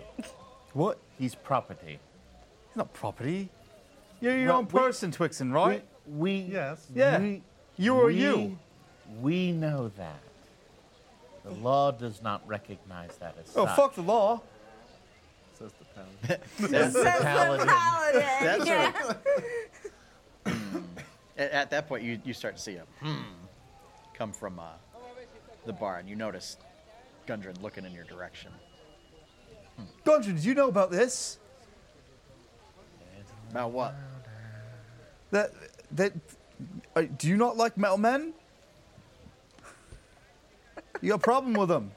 What? He's property. It's not property. You're your Well, own we- person, Twixen, right? We Yes. Yeah. we- You are we- you. We know that. The law does not recognize that as oh, such. fuck the law. Says the paladin. [LAUGHS] Says the paladin. That's yeah. right. [LAUGHS] at, Hmm. at that point, you, you start to see a hmm come from uh, the bar, and you notice Gundren looking in your direction. Gundren, did you know about this? About what? That that uh, do you not like metal men? You got a problem with them?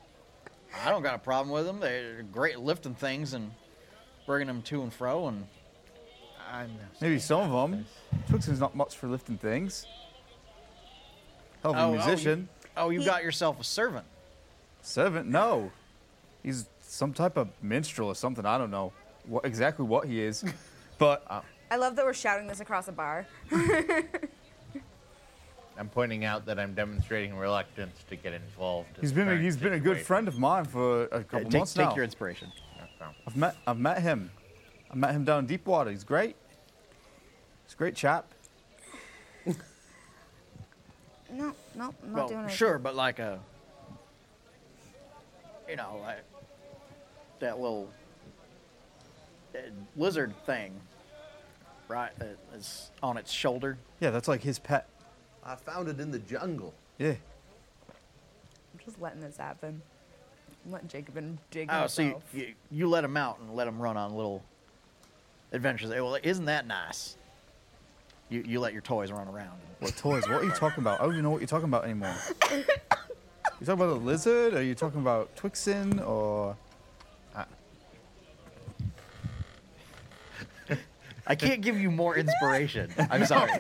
I don't got a problem with them. They're great at lifting things and bringing them to and fro, and I'm not Maybe some of them. Twixen's not much for lifting things. Hell of a musician. Oh, you, oh, you He- got yourself a servant. Servant? No. He's some type of minstrel or something. I don't know what, exactly what he [LAUGHS] is. But I love that we're shouting this across a bar. I'm pointing out that I'm demonstrating reluctance to get involved. in he's the been a, current he's been a good situation. friend of mine for a Uh, couple take months now. take your inspiration. I've met I've met him. I met him down in Deepwater. He's great. He's a great chap. No, no, I'm not doing well, it. sure, but like a, you know, like that little uh, lizard thing right uh, is on its shoulder. Yeah, that's like his pet. I found it in the jungle. Yeah. I'm just letting this happen. I'm letting Jacob and dig Oh, so you, himself. you, you let him out and let him run on little adventures. Eh, Well, isn't that nice? You, you let your toys run around. What toys? What are you talking about? I don't even know what you're talking about [LAUGHS] anymore. you talking about a lizard? Are you talking about Twixen or? I can't give you more inspiration. I'm sorry.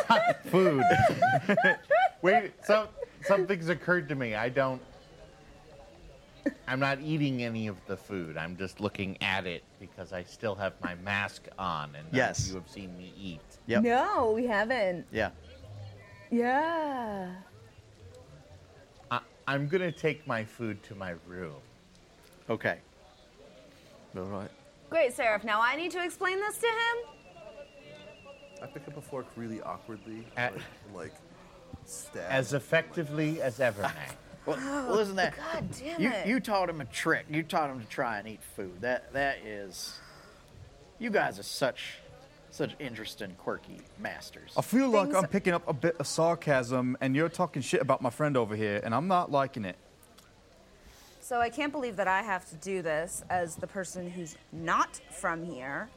[LAUGHS] Food. Wait, some something's occurred to me. I don't. I'm not eating any of the food. I'm just looking at it because I still have my mask on, and none of Yes. you have seen me eat. Yep. No, we haven't. Yeah. Yeah. I, I'm gonna take my food to my room. Okay. All right. Great, Seraph. Now I need to explain this to him. I pick up a fork really awkwardly, At- like, and, like stab. as it. effectively as ever, Mac. Well, well isn't that? Oh, God damn You, it. you taught him a trick. You taught him to try and eat food. That that is. You guys are such, such interesting, quirky masters. I feel like Things- I'm picking up a bit of sarcasm, and you're talking shit about my friend over here, and I'm not liking it. So I can't believe that I have to do this as the person who's not from here.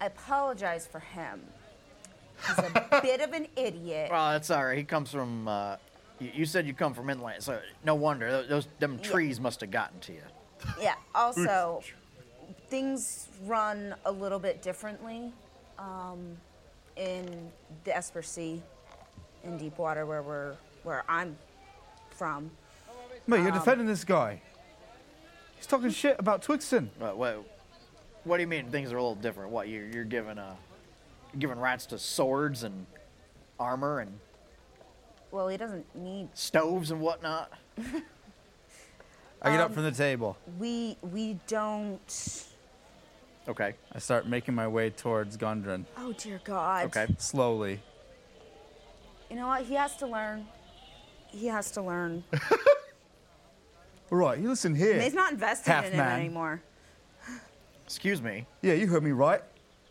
I apologize for him. [LAUGHS] He's a bit of an idiot. Well, Oh, that's all right. He comes from. Uh, you, you said you come from inland, so no wonder tho- those them trees must have gotten to you. Yeah. Also, things run a little bit differently um, in the Esper Sea, in Deepwater, where we're where I'm from. Mate, you're defending this guy. He's talking shit about Twixen. What, what, Uh, what do you mean things are a little different? What you're you're giving uh, you're giving rights to swords and armor and Well, he doesn't need stoves and whatnot? I get up from the table. we we don't. Okay. I start making my way towards Gundren Oh dear God. Okay. slowly. You know what? He has to learn. He has to [LAUGHS] learn. All right, you listen here. He's not invested Half in him man. anymore. Excuse me. Yeah, you heard me right.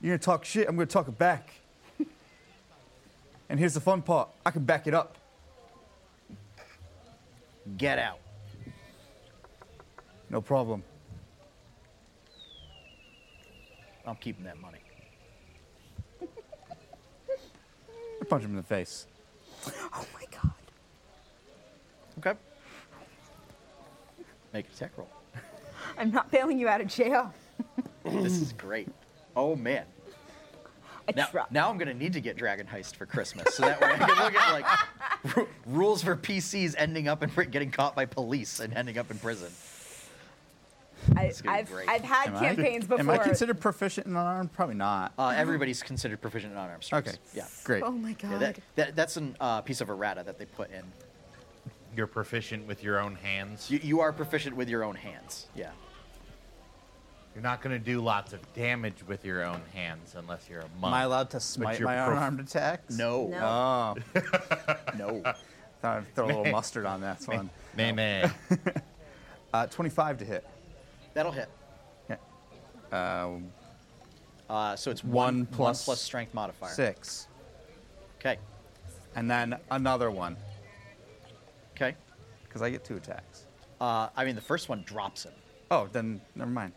You're gonna talk shit, I'm gonna talk [LAUGHS] it back. and here's the fun part I can back it up. Get out. No problem. I'm keeping that money. I punch him in the face. Oh my God. Okay. Make a tech roll. I'm not bailing you out of jail. this is great. Oh man. I Now, try. now I'm gonna need to get Dragon Heist for Christmas, so that way I can look at like ru- rules for PCs ending up in pri- getting caught by police and ending up in prison. I, gonna be I've, great. I've had Am I- campaigns before. Am I considered proficient in unarmed? Probably not. Uh, everybody's considered proficient in unarmed strikes. Okay. Yeah. Great. Oh my God. Yeah, that, that, that's an uh, piece of errata that they put in. You're proficient with your own hands. You, you are proficient with your own hands. Yeah. You're not going to do lots of damage with your own hands unless you're a monk. Am I allowed to smite you're my prof- unarmed attacks? No. No. Oh, No. thought I'd throw a little mustard on that one. Nay, nay. Uh, 25 to hit. That'll hit. Um, Uh, so it's One one, plus plus strength modifier. six. Okay. And then another one, Okay. because I get two attacks. Uh, I mean, the first one drops him. Oh, then never mind.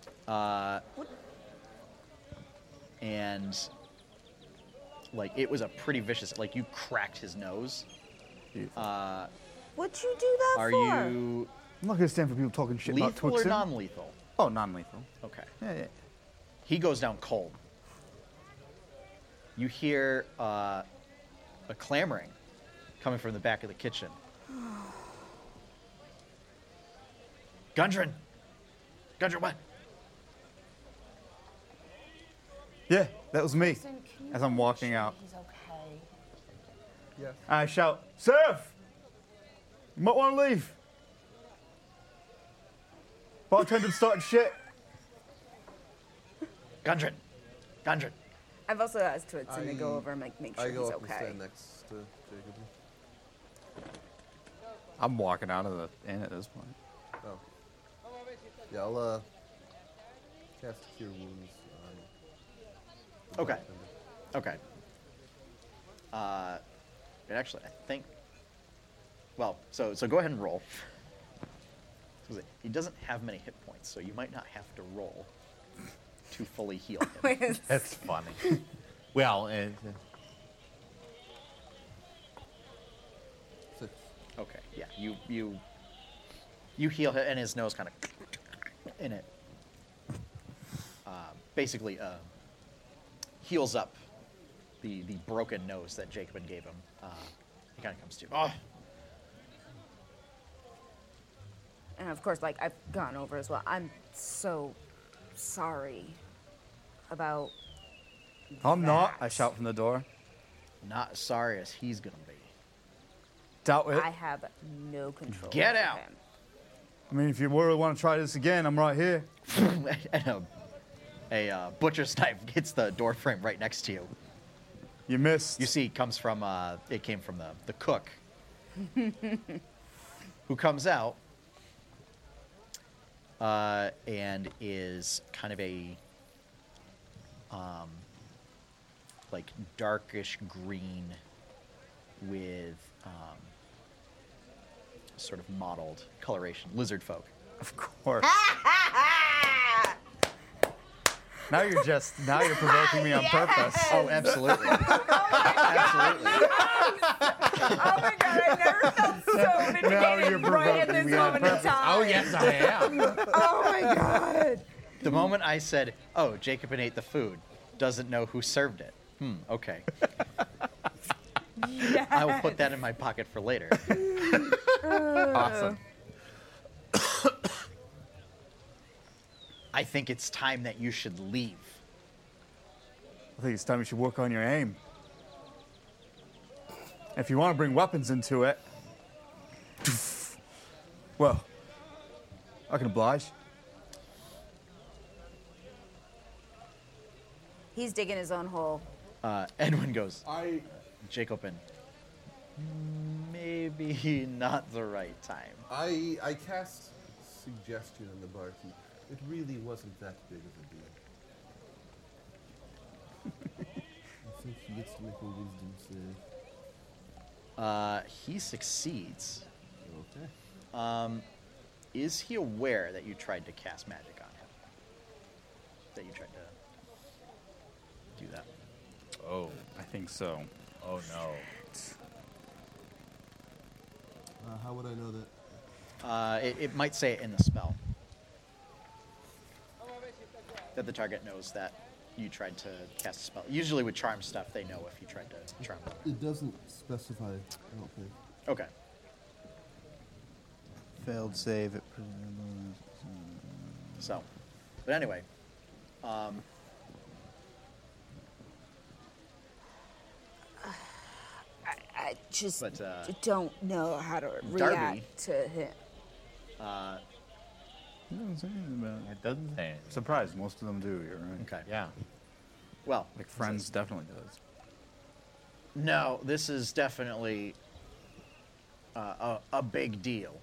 and like it was a pretty vicious like you cracked his nose What'd you do that are for? you I'm not going to stand for people talking shit lethal about or Twixen. non-lethal oh, non-lethal. okay Yeah, yeah. he goes down cold you hear uh, a clamoring coming from the back of the kitchen gundren gundren what Yeah, that was me. Jason, can you As I'm make walking sure out, He's okay. Yes. I shout, "Serf, you might want to leave." Bartender started [LAUGHS] shit. gundren gundren I've also asked Twits and to go I- over and like, make sure I go he's up and okay. stand next to Jacob. I'm walking out of the inn at this point. Oh. Yeah, I'll uh, cast Cure Wounds on Okay. Okay. Uh, but actually, I think. Well, so so go ahead and roll. He doesn't have many hit points, so you might not have to roll to fully heal him. [LAUGHS] [LAUGHS] That's funny. well, uh, and Six. Okay, yeah, you you you heal him, and his nose kind of in it. Uh, basically, uh, heals up the the broken nose that Jacobin gave him. Uh, he kind of comes to. Oh, And of course, like I've gone over as well. I'm so sorry about I'm not. I Rats. shout from the door. not as sorry as he's gonna be. [LAUGHS] Doubt it. I have no control. Get over out. him. [LAUGHS] I mean, if you really want to try this again, I'm right here. and a, a uh, butcher's [LAUGHS] knife hits the door frame right next to you. You missed. You see, it comes from uh, it came from the the cook, who comes out, uh, and is kind of a, um, like darkish green, with um, sort of mottled coloration, lizard folk. [LAUGHS] Of course. now you're just now you're provoking me on purpose. Oh, absolutely, [LAUGHS] absolutely. Oh my god, I've never felt so you're vindicated right at provoking this me on moment in purpose. time. oh yes, I [LAUGHS] am. Oh my god. The moment I said, "Oh, Jacobin ate the food," doesn't know who served it. Hmm. Okay. I will put that in my pocket for later. Awesome. I think it's time that you should leave. I think it's time you should work on your aim. If you want to bring weapons into it, well, I can oblige. He's digging his own hole. Uh, Edwin goes, I Jacobin. Maybe not the right time. I I cast suggestion on the barkeep. It really wasn't that big of a deal. [LAUGHS] I think he gets to make a wisdom save. Uh, he succeeds. Okay. Is he aware that you tried to cast magic on him? That you tried to do that? Oh, I think so. oh no. Uh, how would I know that? Uh, it, it might say it in the spell. That the target knows that you tried to cast a spell. Usually with charm stuff, they know if you tried to charm them. It doesn't specify. I don't think. Okay. failed save it. So, but anyway, um, I, I just But, uh, d- don't know how to react Darby- to him. It doesn't say anything. Surprised most of them do. You're right. okay. Yeah. Well, Like friends definitely does. no, this is definitely uh, a, a big deal.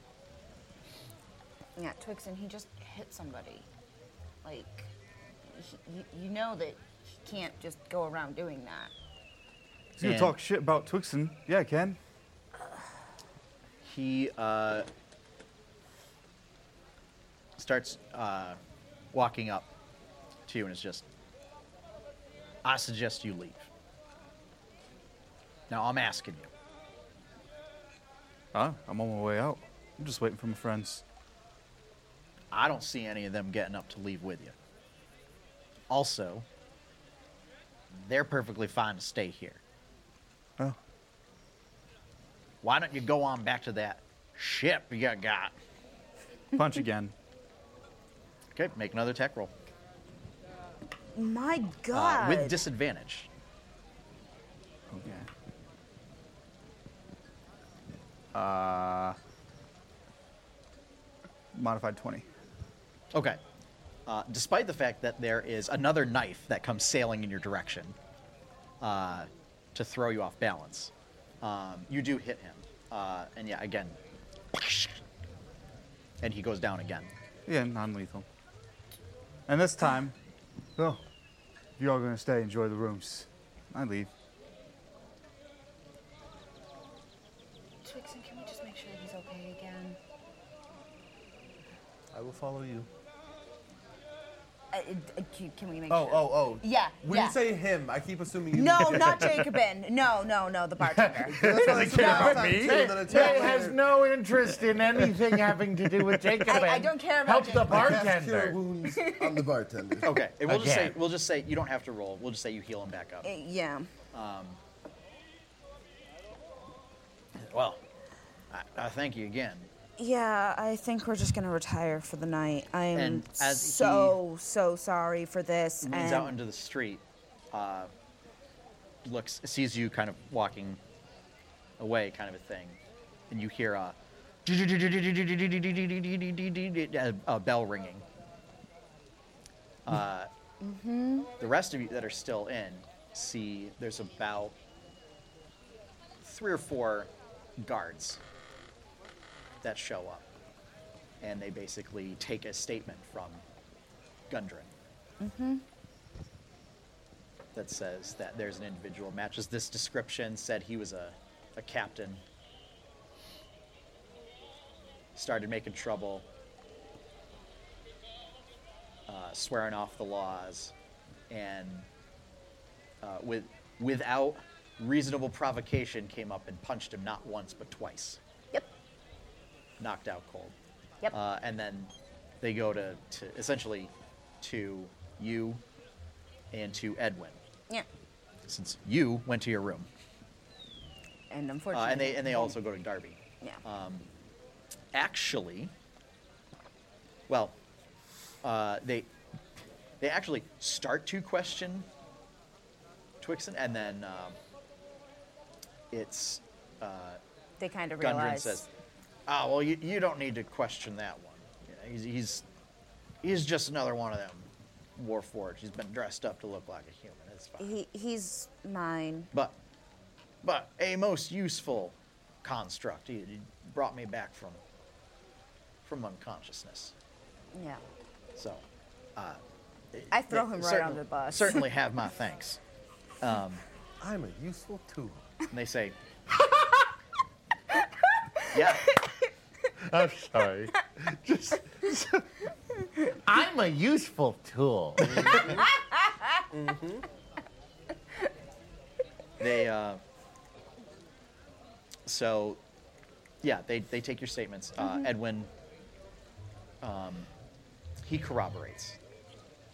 Yeah, Twixen, he just hit somebody. Like, he, you, you know that he can't just go around doing that. So you And- talk shit about Twixen? Yeah, I can. He uh, starts uh, walking up to you and is just, I suggest you leave. Now, I'm asking you. Ah, I'm on my way out. I'm just waiting for my friends. I don't see any of them getting up to leave with you. Also, they're perfectly fine to stay here. Oh, Why don't you go on back to that ship you got? [LAUGHS] punch again. Okay, make another attack roll My uh, God. with disadvantage. Okay. Uh, modified 20. Okay. Uh, despite the fact that there is another knife that comes sailing in your direction uh, to throw you off balance, um, you do hit him. Uh, and yeah, again. And he goes down again. Yeah, non lethal. And this time, oh, If you're all going to stay, enjoy the rooms. I leave. Twixen, can we just make sure he's okay again? I will follow you. Uh, uh, can- can we make Oh, sure? oh, oh. Yeah, When yeah. you say him, I keep assuming [LAUGHS] you. No, not Jacobin. No, no, no, the bartender. doesn't care about me. Jay has no interest in anything having to do with Jacob. I- I and don't care about Help the Jacob. Cast cure bartender. [LAUGHS] wounds on the bartender. Okay, and we'll just say Again. we'll just say you don't have to roll. We'll just say you heal him back up. Uh, yeah. Well, I, I thank you again. Yeah, I think we're just gonna retire for the night. I am And as he- so so sorry for this. Leans out and into the street, uh, looks, sees you kind of walking away, kind of a thing, and you hear a a bell ringing. Uh, The rest of you that are still in see there's about three or four guards that show up, and they basically take a statement from Gundren that says that there's an individual matches this description said he was a, a captain started making trouble uh, swearing off the laws and uh, with without reasonable provocation came up and punched him not once but twice Yep. knocked out cold Yep. uh, and then they go to, to essentially to you and to edwin Yeah. since you went to your room, And uh, unfortunately. and they and they also uh, go to Darby. Yeah. Actually, well, uh, they they actually start to question Twixen, and then um, it's they kind of Gundren realize. says, "Ah, well, you, you don't need to question that one. You know, he's, he's he's just another one of them." Warforged. He's been dressed up to look like a human. It's fine. he, he's mine. But, but a most useful construct. It it brought me back from, from unconsciousness. Yeah. So, uh, it- I throw it- him right certain- under the bus. Certainly have my thanks. I'm a useful tool. And [LAUGHS] they say, yeah, I'm sorry. [LAUGHS] [LAUGHS] I'm a useful tool. they. Uh, so, yeah, they they take your statements. Uh, Edwin, um, he corroborates.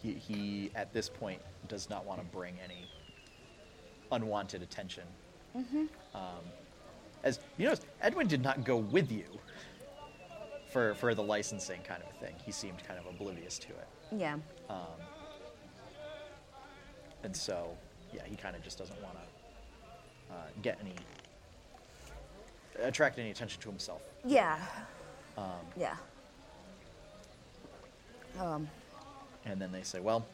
He, he at this point does not want to bring any unwanted attention. Um, as you notice, Edwin did not go with you for for the licensing kind of thing. He seemed kind of oblivious to it, [LAUGHS] Yeah. and so yeah, he kind of just doesn't want to uh, get any attract any attention to himself. Yeah. Um, yeah. And then they say, well,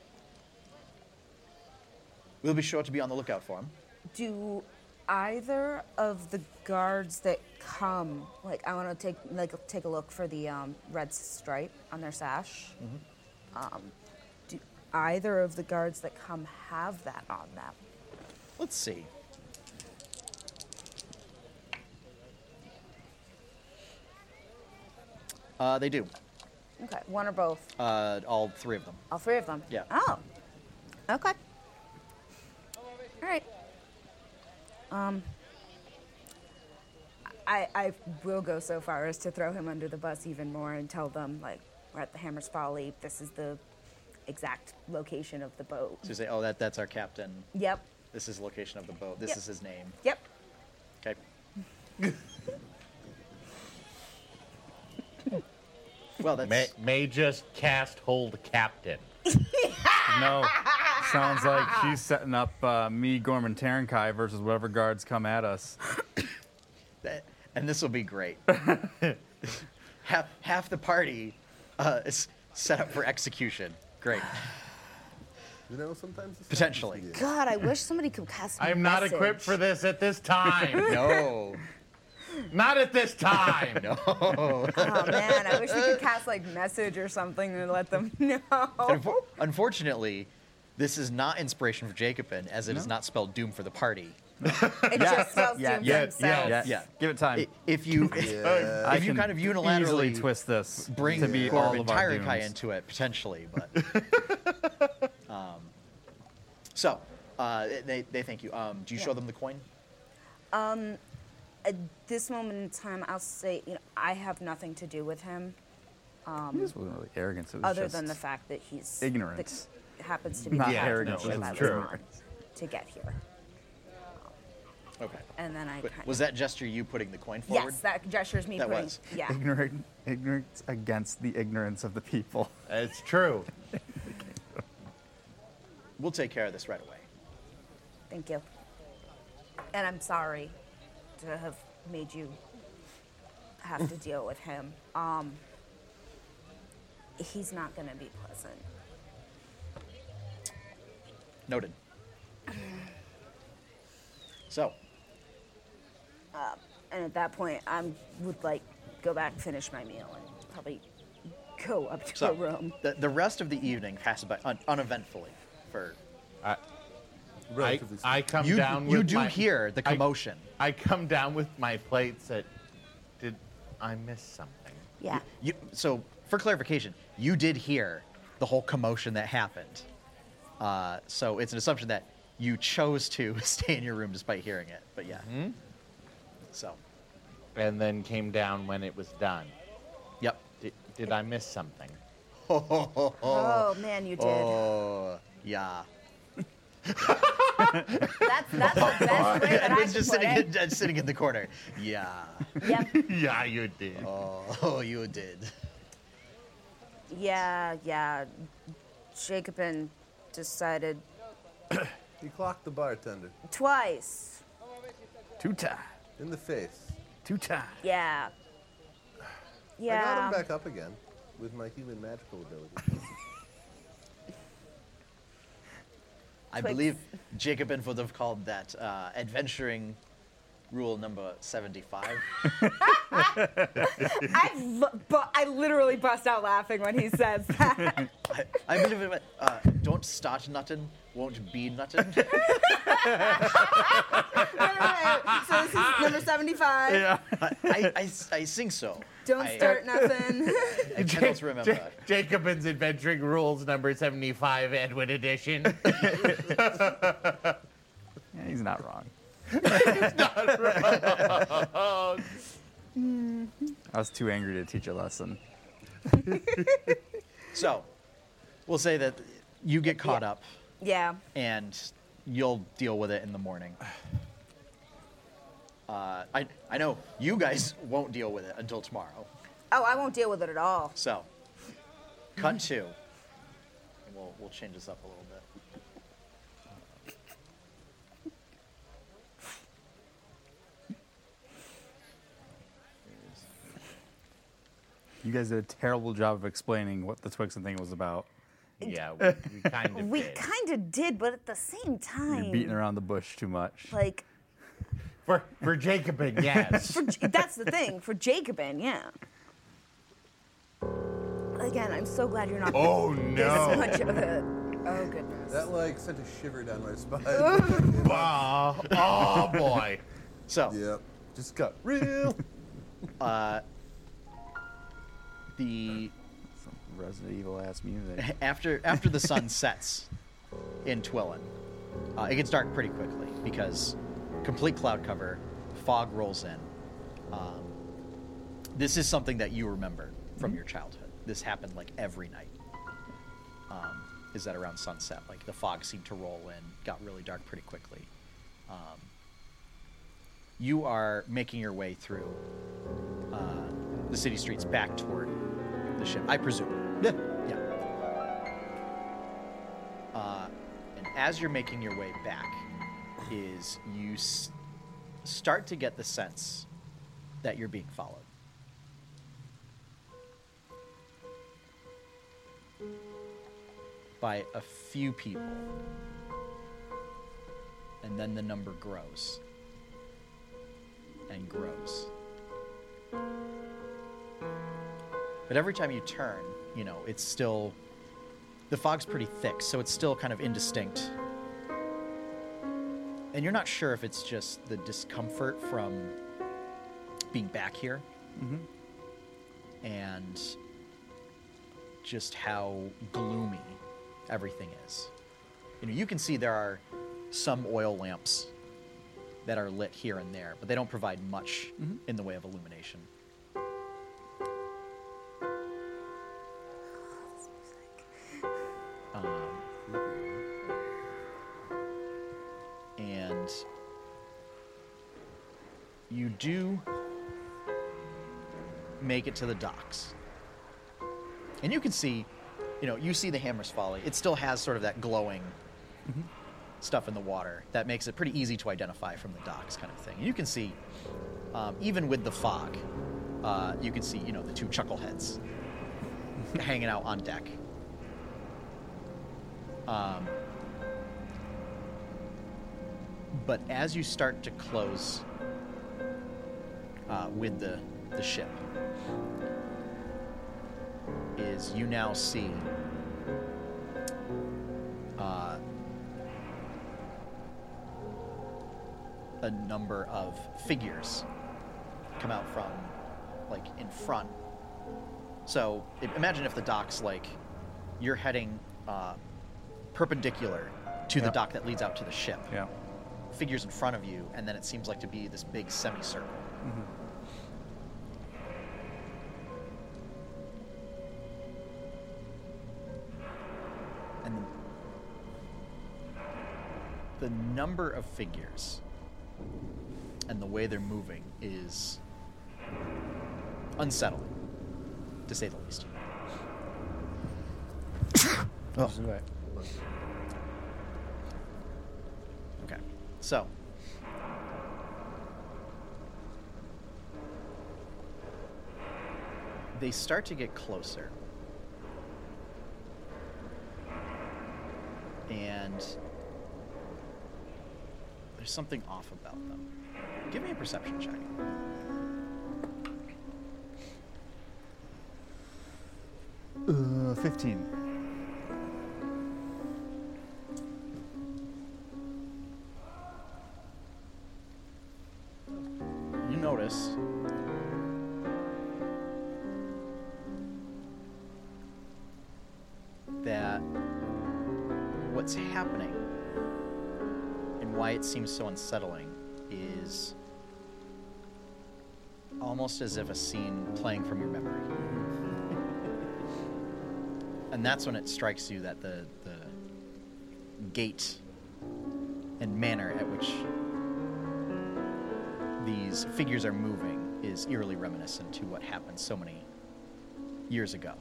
we'll be sure to be on the lookout for him. Do either of the guards that come, like I want to take like take a look for the um, red stripe on their sash. Um, Mm-hmm. do either of the guards that come have that on them? Let's see. Uh, they do. Okay, one or both, Uh, all three of them. all three of them. Yeah. Oh. Okay. All right. Um. I I will go so far as to throw him under the bus even more and tell them like we're at the Hammer's Folly. This is the exact location of the boat. So you say, oh, that, that's our captain. Yep. This is the location of the boat. This Yep. is his name. Yep. Okay. well, that's. May, may just cast hold captain. No. Sounds like she's setting up uh, me, Gorman Tarankai versus whatever guards come at us. That- and this will be [LAUGHS] great. half, half the party uh, is set up for execution. Great. You know, sometimes this Potentially. happens to God, I wish somebody could cast. me I a am not equipped message. for this at this time. Oh. No. not at this time. Oh man, I wish we could cast like message or something to let them [LAUGHS] know. Unfor- unfortunately, This is not inspiration for Jacobin, as it is not spelled doom for the party. It just sells Yeah, to yeah, themselves. yeah, Yeah. Give it time. I- If [LAUGHS] you, I if you can kind of easily unilaterally twist this bring to be all Corbin of our Tyrekai dooms. into it potentially, but um, [LAUGHS] so uh, they, they thank you. Um, do you show Yeah. them the coin? At this moment in time, I'll say, you know, I have nothing to do with him, This wasn't really arrogance. It was other just than the fact that he's ignorance. that happens to be Not the captain arrogance, that I that's was true. on to get here. Okay. And then I But kind was that gesture you putting the coin forward? yes, that gestures me That putting was. [LAUGHS] yeah. ignorant, ignorance against the ignorance of the people. It's true. We'll take care of this right away. Thank you. And I'm sorry to have made you have to deal with him. Um, he's not going to be pleasant. [SIGHS] Noted. So, And at that point, I would like go back, finish my meal, and probably go up to so the room. The, the rest of the evening passes by un- uneventfully. For I, Relatively I come you, down you with do my- hear the I- commotion. I come down with my plates that did I miss something? Yeah. You, so, for clarification, you did hear the whole commotion that happened. Uh, so it's an assumption that you chose to [LAUGHS] stay in your room despite hearing it. But yeah. So, And then came down when it was done. yep. Did, did I miss something? Oh, man, you did. Oh, yeah. That's, that's the best way that I Edmund's can just put sitting, it. in, just sitting in the corner. [LAUGHS] Yeah. Yep. yeah, you did. Oh, you did. Yeah, yeah. Jacobin decided He clocked the bartender twice. Tuta, in the face. tuta. Yeah. Yeah. I got him back up again with my human magical ability. I Twigs. believe Jacobin would have called that uh, adventuring rule number 75. I, l- bu- I literally bust out laughing when he says that. I, I believe it, went, uh, don't start nuttin', won't be nuttin'. so this is number 75. I, I, I, I think so. Don't I, start nothing. I cannot remember. Jacobin's Adventuring Rules, number 75, Edwin Edition. Yeah, he's not wrong. I was too angry to teach a lesson. So, we'll say that you get caught up [LAUGHS] yeah. and you'll deal with it in the morning. Uh, I, I know you guys won't deal with it until tomorrow. Oh, I won't deal with it at all. So, cut two. And we'll, we'll change this up a little bit. You guys did a terrible job of explaining what the Twixen thing was about. yeah, we, we kind of We did. kind of did, but at the same You're time, beating around the bush too much. like For, for Jacobin, yes. for, J- that's the thing for Jacobin, yeah. Again, I'm so glad you're not oh, this no. much of a. Oh goodness. that like sent a shiver down my spine. Wow. Oh, boy. So, uh, yep. Just got real. the Some Resident Evil [LAUGHS] ass music. after after the sun sets in Twillin, uh, it gets dark pretty quickly because complete cloud cover, fog rolls in. Um, this is something that you remember from your childhood. This happened like every night. Um, is that around sunset? Like the fog seemed to roll in, got really dark pretty quickly. Um, you are making your way through uh, the city streets back toward the ship, I presume. Yeah. Yeah. Uh, and as you're making your way back, is you s- start to get the sense that you're being followed. By a few people. And then the number grows. And grows. But every time you turn, you know, it's still The fog's pretty thick, so it's still kind of indistinct. And you're not sure if it's just the discomfort from being back here and just how gloomy everything is. You know, you can see there are some oil lamps that are lit here and there, but they don't provide much in the way of illumination. Um, and you do make it to the docks. And you can see, you know, you see the Hammer's Folly. It still has sort of that glowing stuff in the water that makes it pretty easy to identify from the docks, kind of thing. And you can see, um, even with the fog, uh, you can see, you know, the two chuckleheads hanging out on deck. Um, but as you start to close uh, with the, the ship, is you now see uh, a number of figures come out from like in front so i- imagine if the dock's like you're heading uh, perpendicular to Yeah. the dock that leads out to the ship Yeah. figures in front of you and then it seems like to be this big semicircle Mm-hmm. and the, the number of figures and the way they're moving is unsettling, to say the least. Okay, so. They start to get closer. And there's something off about them. Give me a perception check. Uh, 15. You notice that what's happening and why it seems so unsettling is almost as if a scene playing from your memory. [LAUGHS] and that's when it strikes you that the, the gait and manner at which these figures are moving is eerily reminiscent to what happened so many years ago.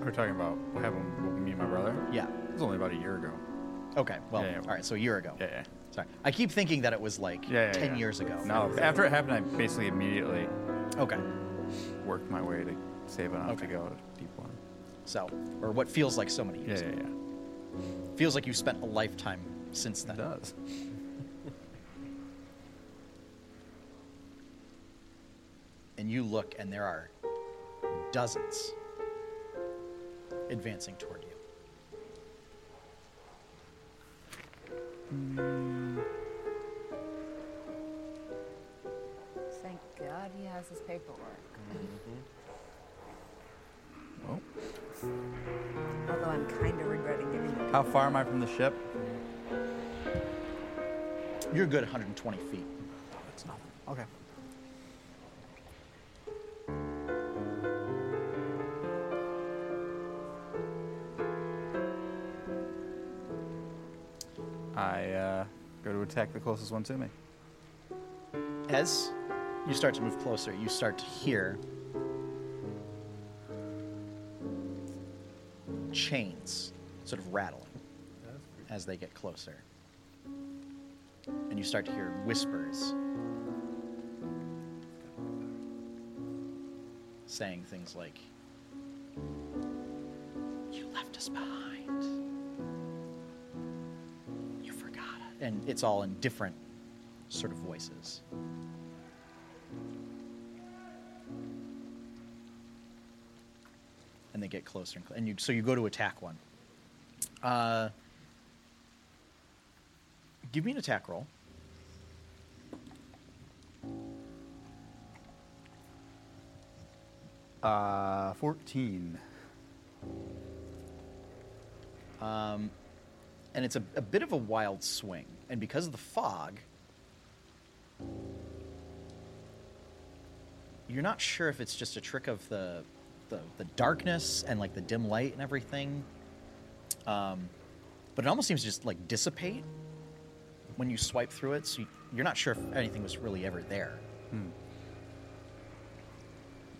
We're talking about what happened with me and my brother. Yeah. It was only about a year ago. Okay. Well, Yeah, yeah. all right. So a year ago. Yeah, yeah. Sorry. I keep thinking that it was like Yeah, yeah, 10 yeah. years ago. No, after it happened, I basically immediately Okay. worked my way to save enough Okay. to go to deep one. So, or what feels like so many Yeah, years yeah, ago. yeah. Feels like you spent a lifetime since It then. does. And you look, and there are dozens advancing toward you. Thank God he has his paperwork. Well, Although I'm kind of regretting giving him. how far am I from the ship? You're a good 120 feet. That's nothing. Okay. I uh, go to attack the closest one to me. As you start to move closer, you start to hear chains sort of rattling as they get closer. And you start to hear whispers saying things like, You left us behind. You forgot us. And it's all in different sort of voices. and they get closer and, cl- and you, so you go to attack one. Uh, give me an attack roll. Uh, 14. and it's a, a bit of a wild swing. And because of the fog, you're not sure if it's just a trick of the the, the darkness and like the dim light and everything. Um, but it almost seems to just like dissipate when you swipe through it. So you, you're not sure if anything was really ever there.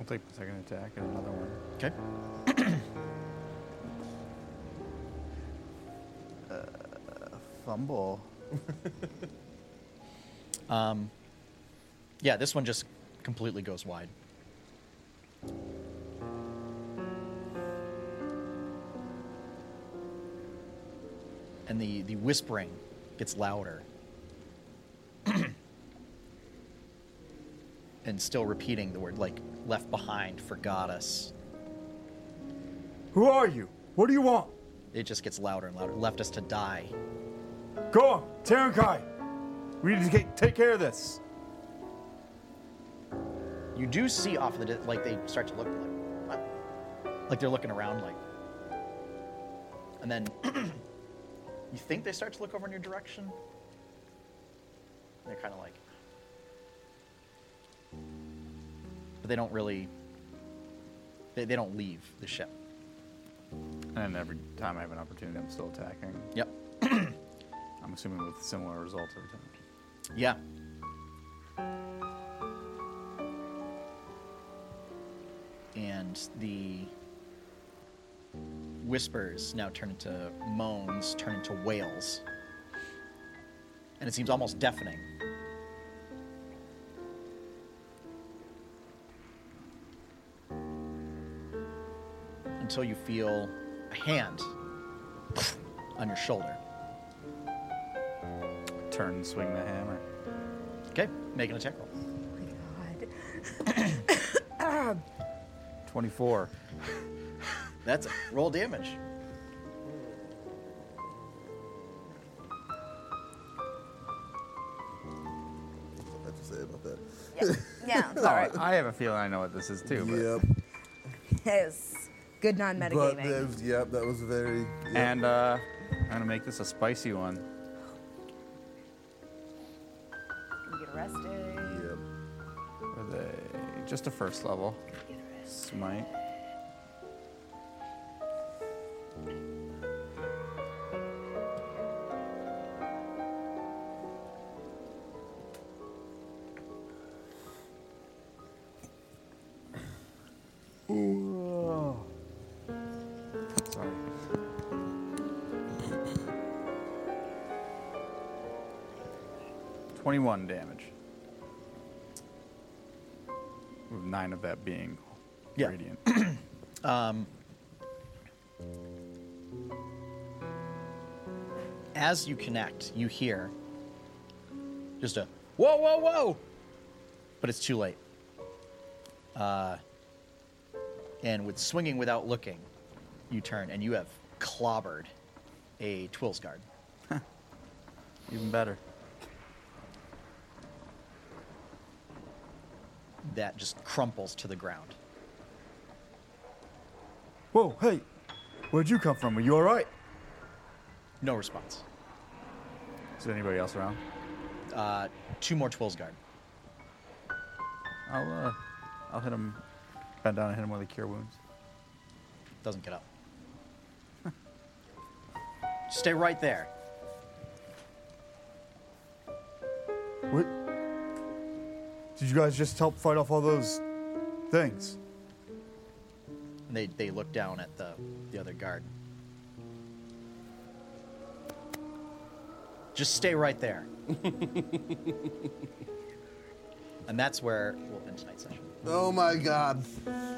I'll take the second attack and another one. Okay. Fumble. Yeah, this one just completely goes wide. And the, the whispering gets louder. [CLEARS THROAT] and still repeating the word, like, left behind, forgot us. Who are you? What do you want? It just gets louder and louder. Left us to die. Go on, Terenkai. We need to get, take care of this. You do see off in the, di- like, they start to look like, what? Like, they're looking around, like. And then [CLEARS THROAT] you think they start to look over in your direction. They're kind of like. But they don't really. They, they don't leave the ship. And every time I have an opportunity, I'm still attacking. Yep. I'm assuming with similar results every time. Yeah. And the whispers now turn into moans, turn into wails. And it seems almost deafening. Until you feel a hand on your shoulder. Turn and swing the hammer. Okay, make an attack roll. Oh my god. 24. That's it. Roll damage. I have to say about that. Yeah, yeah it's all right. I have a feeling I know what this is too. But. Yep. It's good non But metagaming. that was, yep, that was very. Yep. And uh, I'm gonna make this a spicy one. You get arrested. Yep. Are they just a first level? Smite. Sorry. Twenty-one damage. With nine of that being Yeah. [COUGHS] radiant. As you connect, you hear just a whoa, whoa, whoa! But it's too late. Uh, and with swinging without looking, you turn and you have clobbered a Twills guard. Even better. that just crumples to the ground. Whoa, hey, where'd you come from? Are you all right? No response. Is there anybody else around? Uh, two more Twills guard. I'll uh, I'll hit him. Bend down and hit him with the cure wounds. Doesn't get up. Stay right there. What? Did you guys just help fight off all those things? And they, they look down at the, the other guard. Just stay right there. and that's where we'll end tonight's session. Oh my god.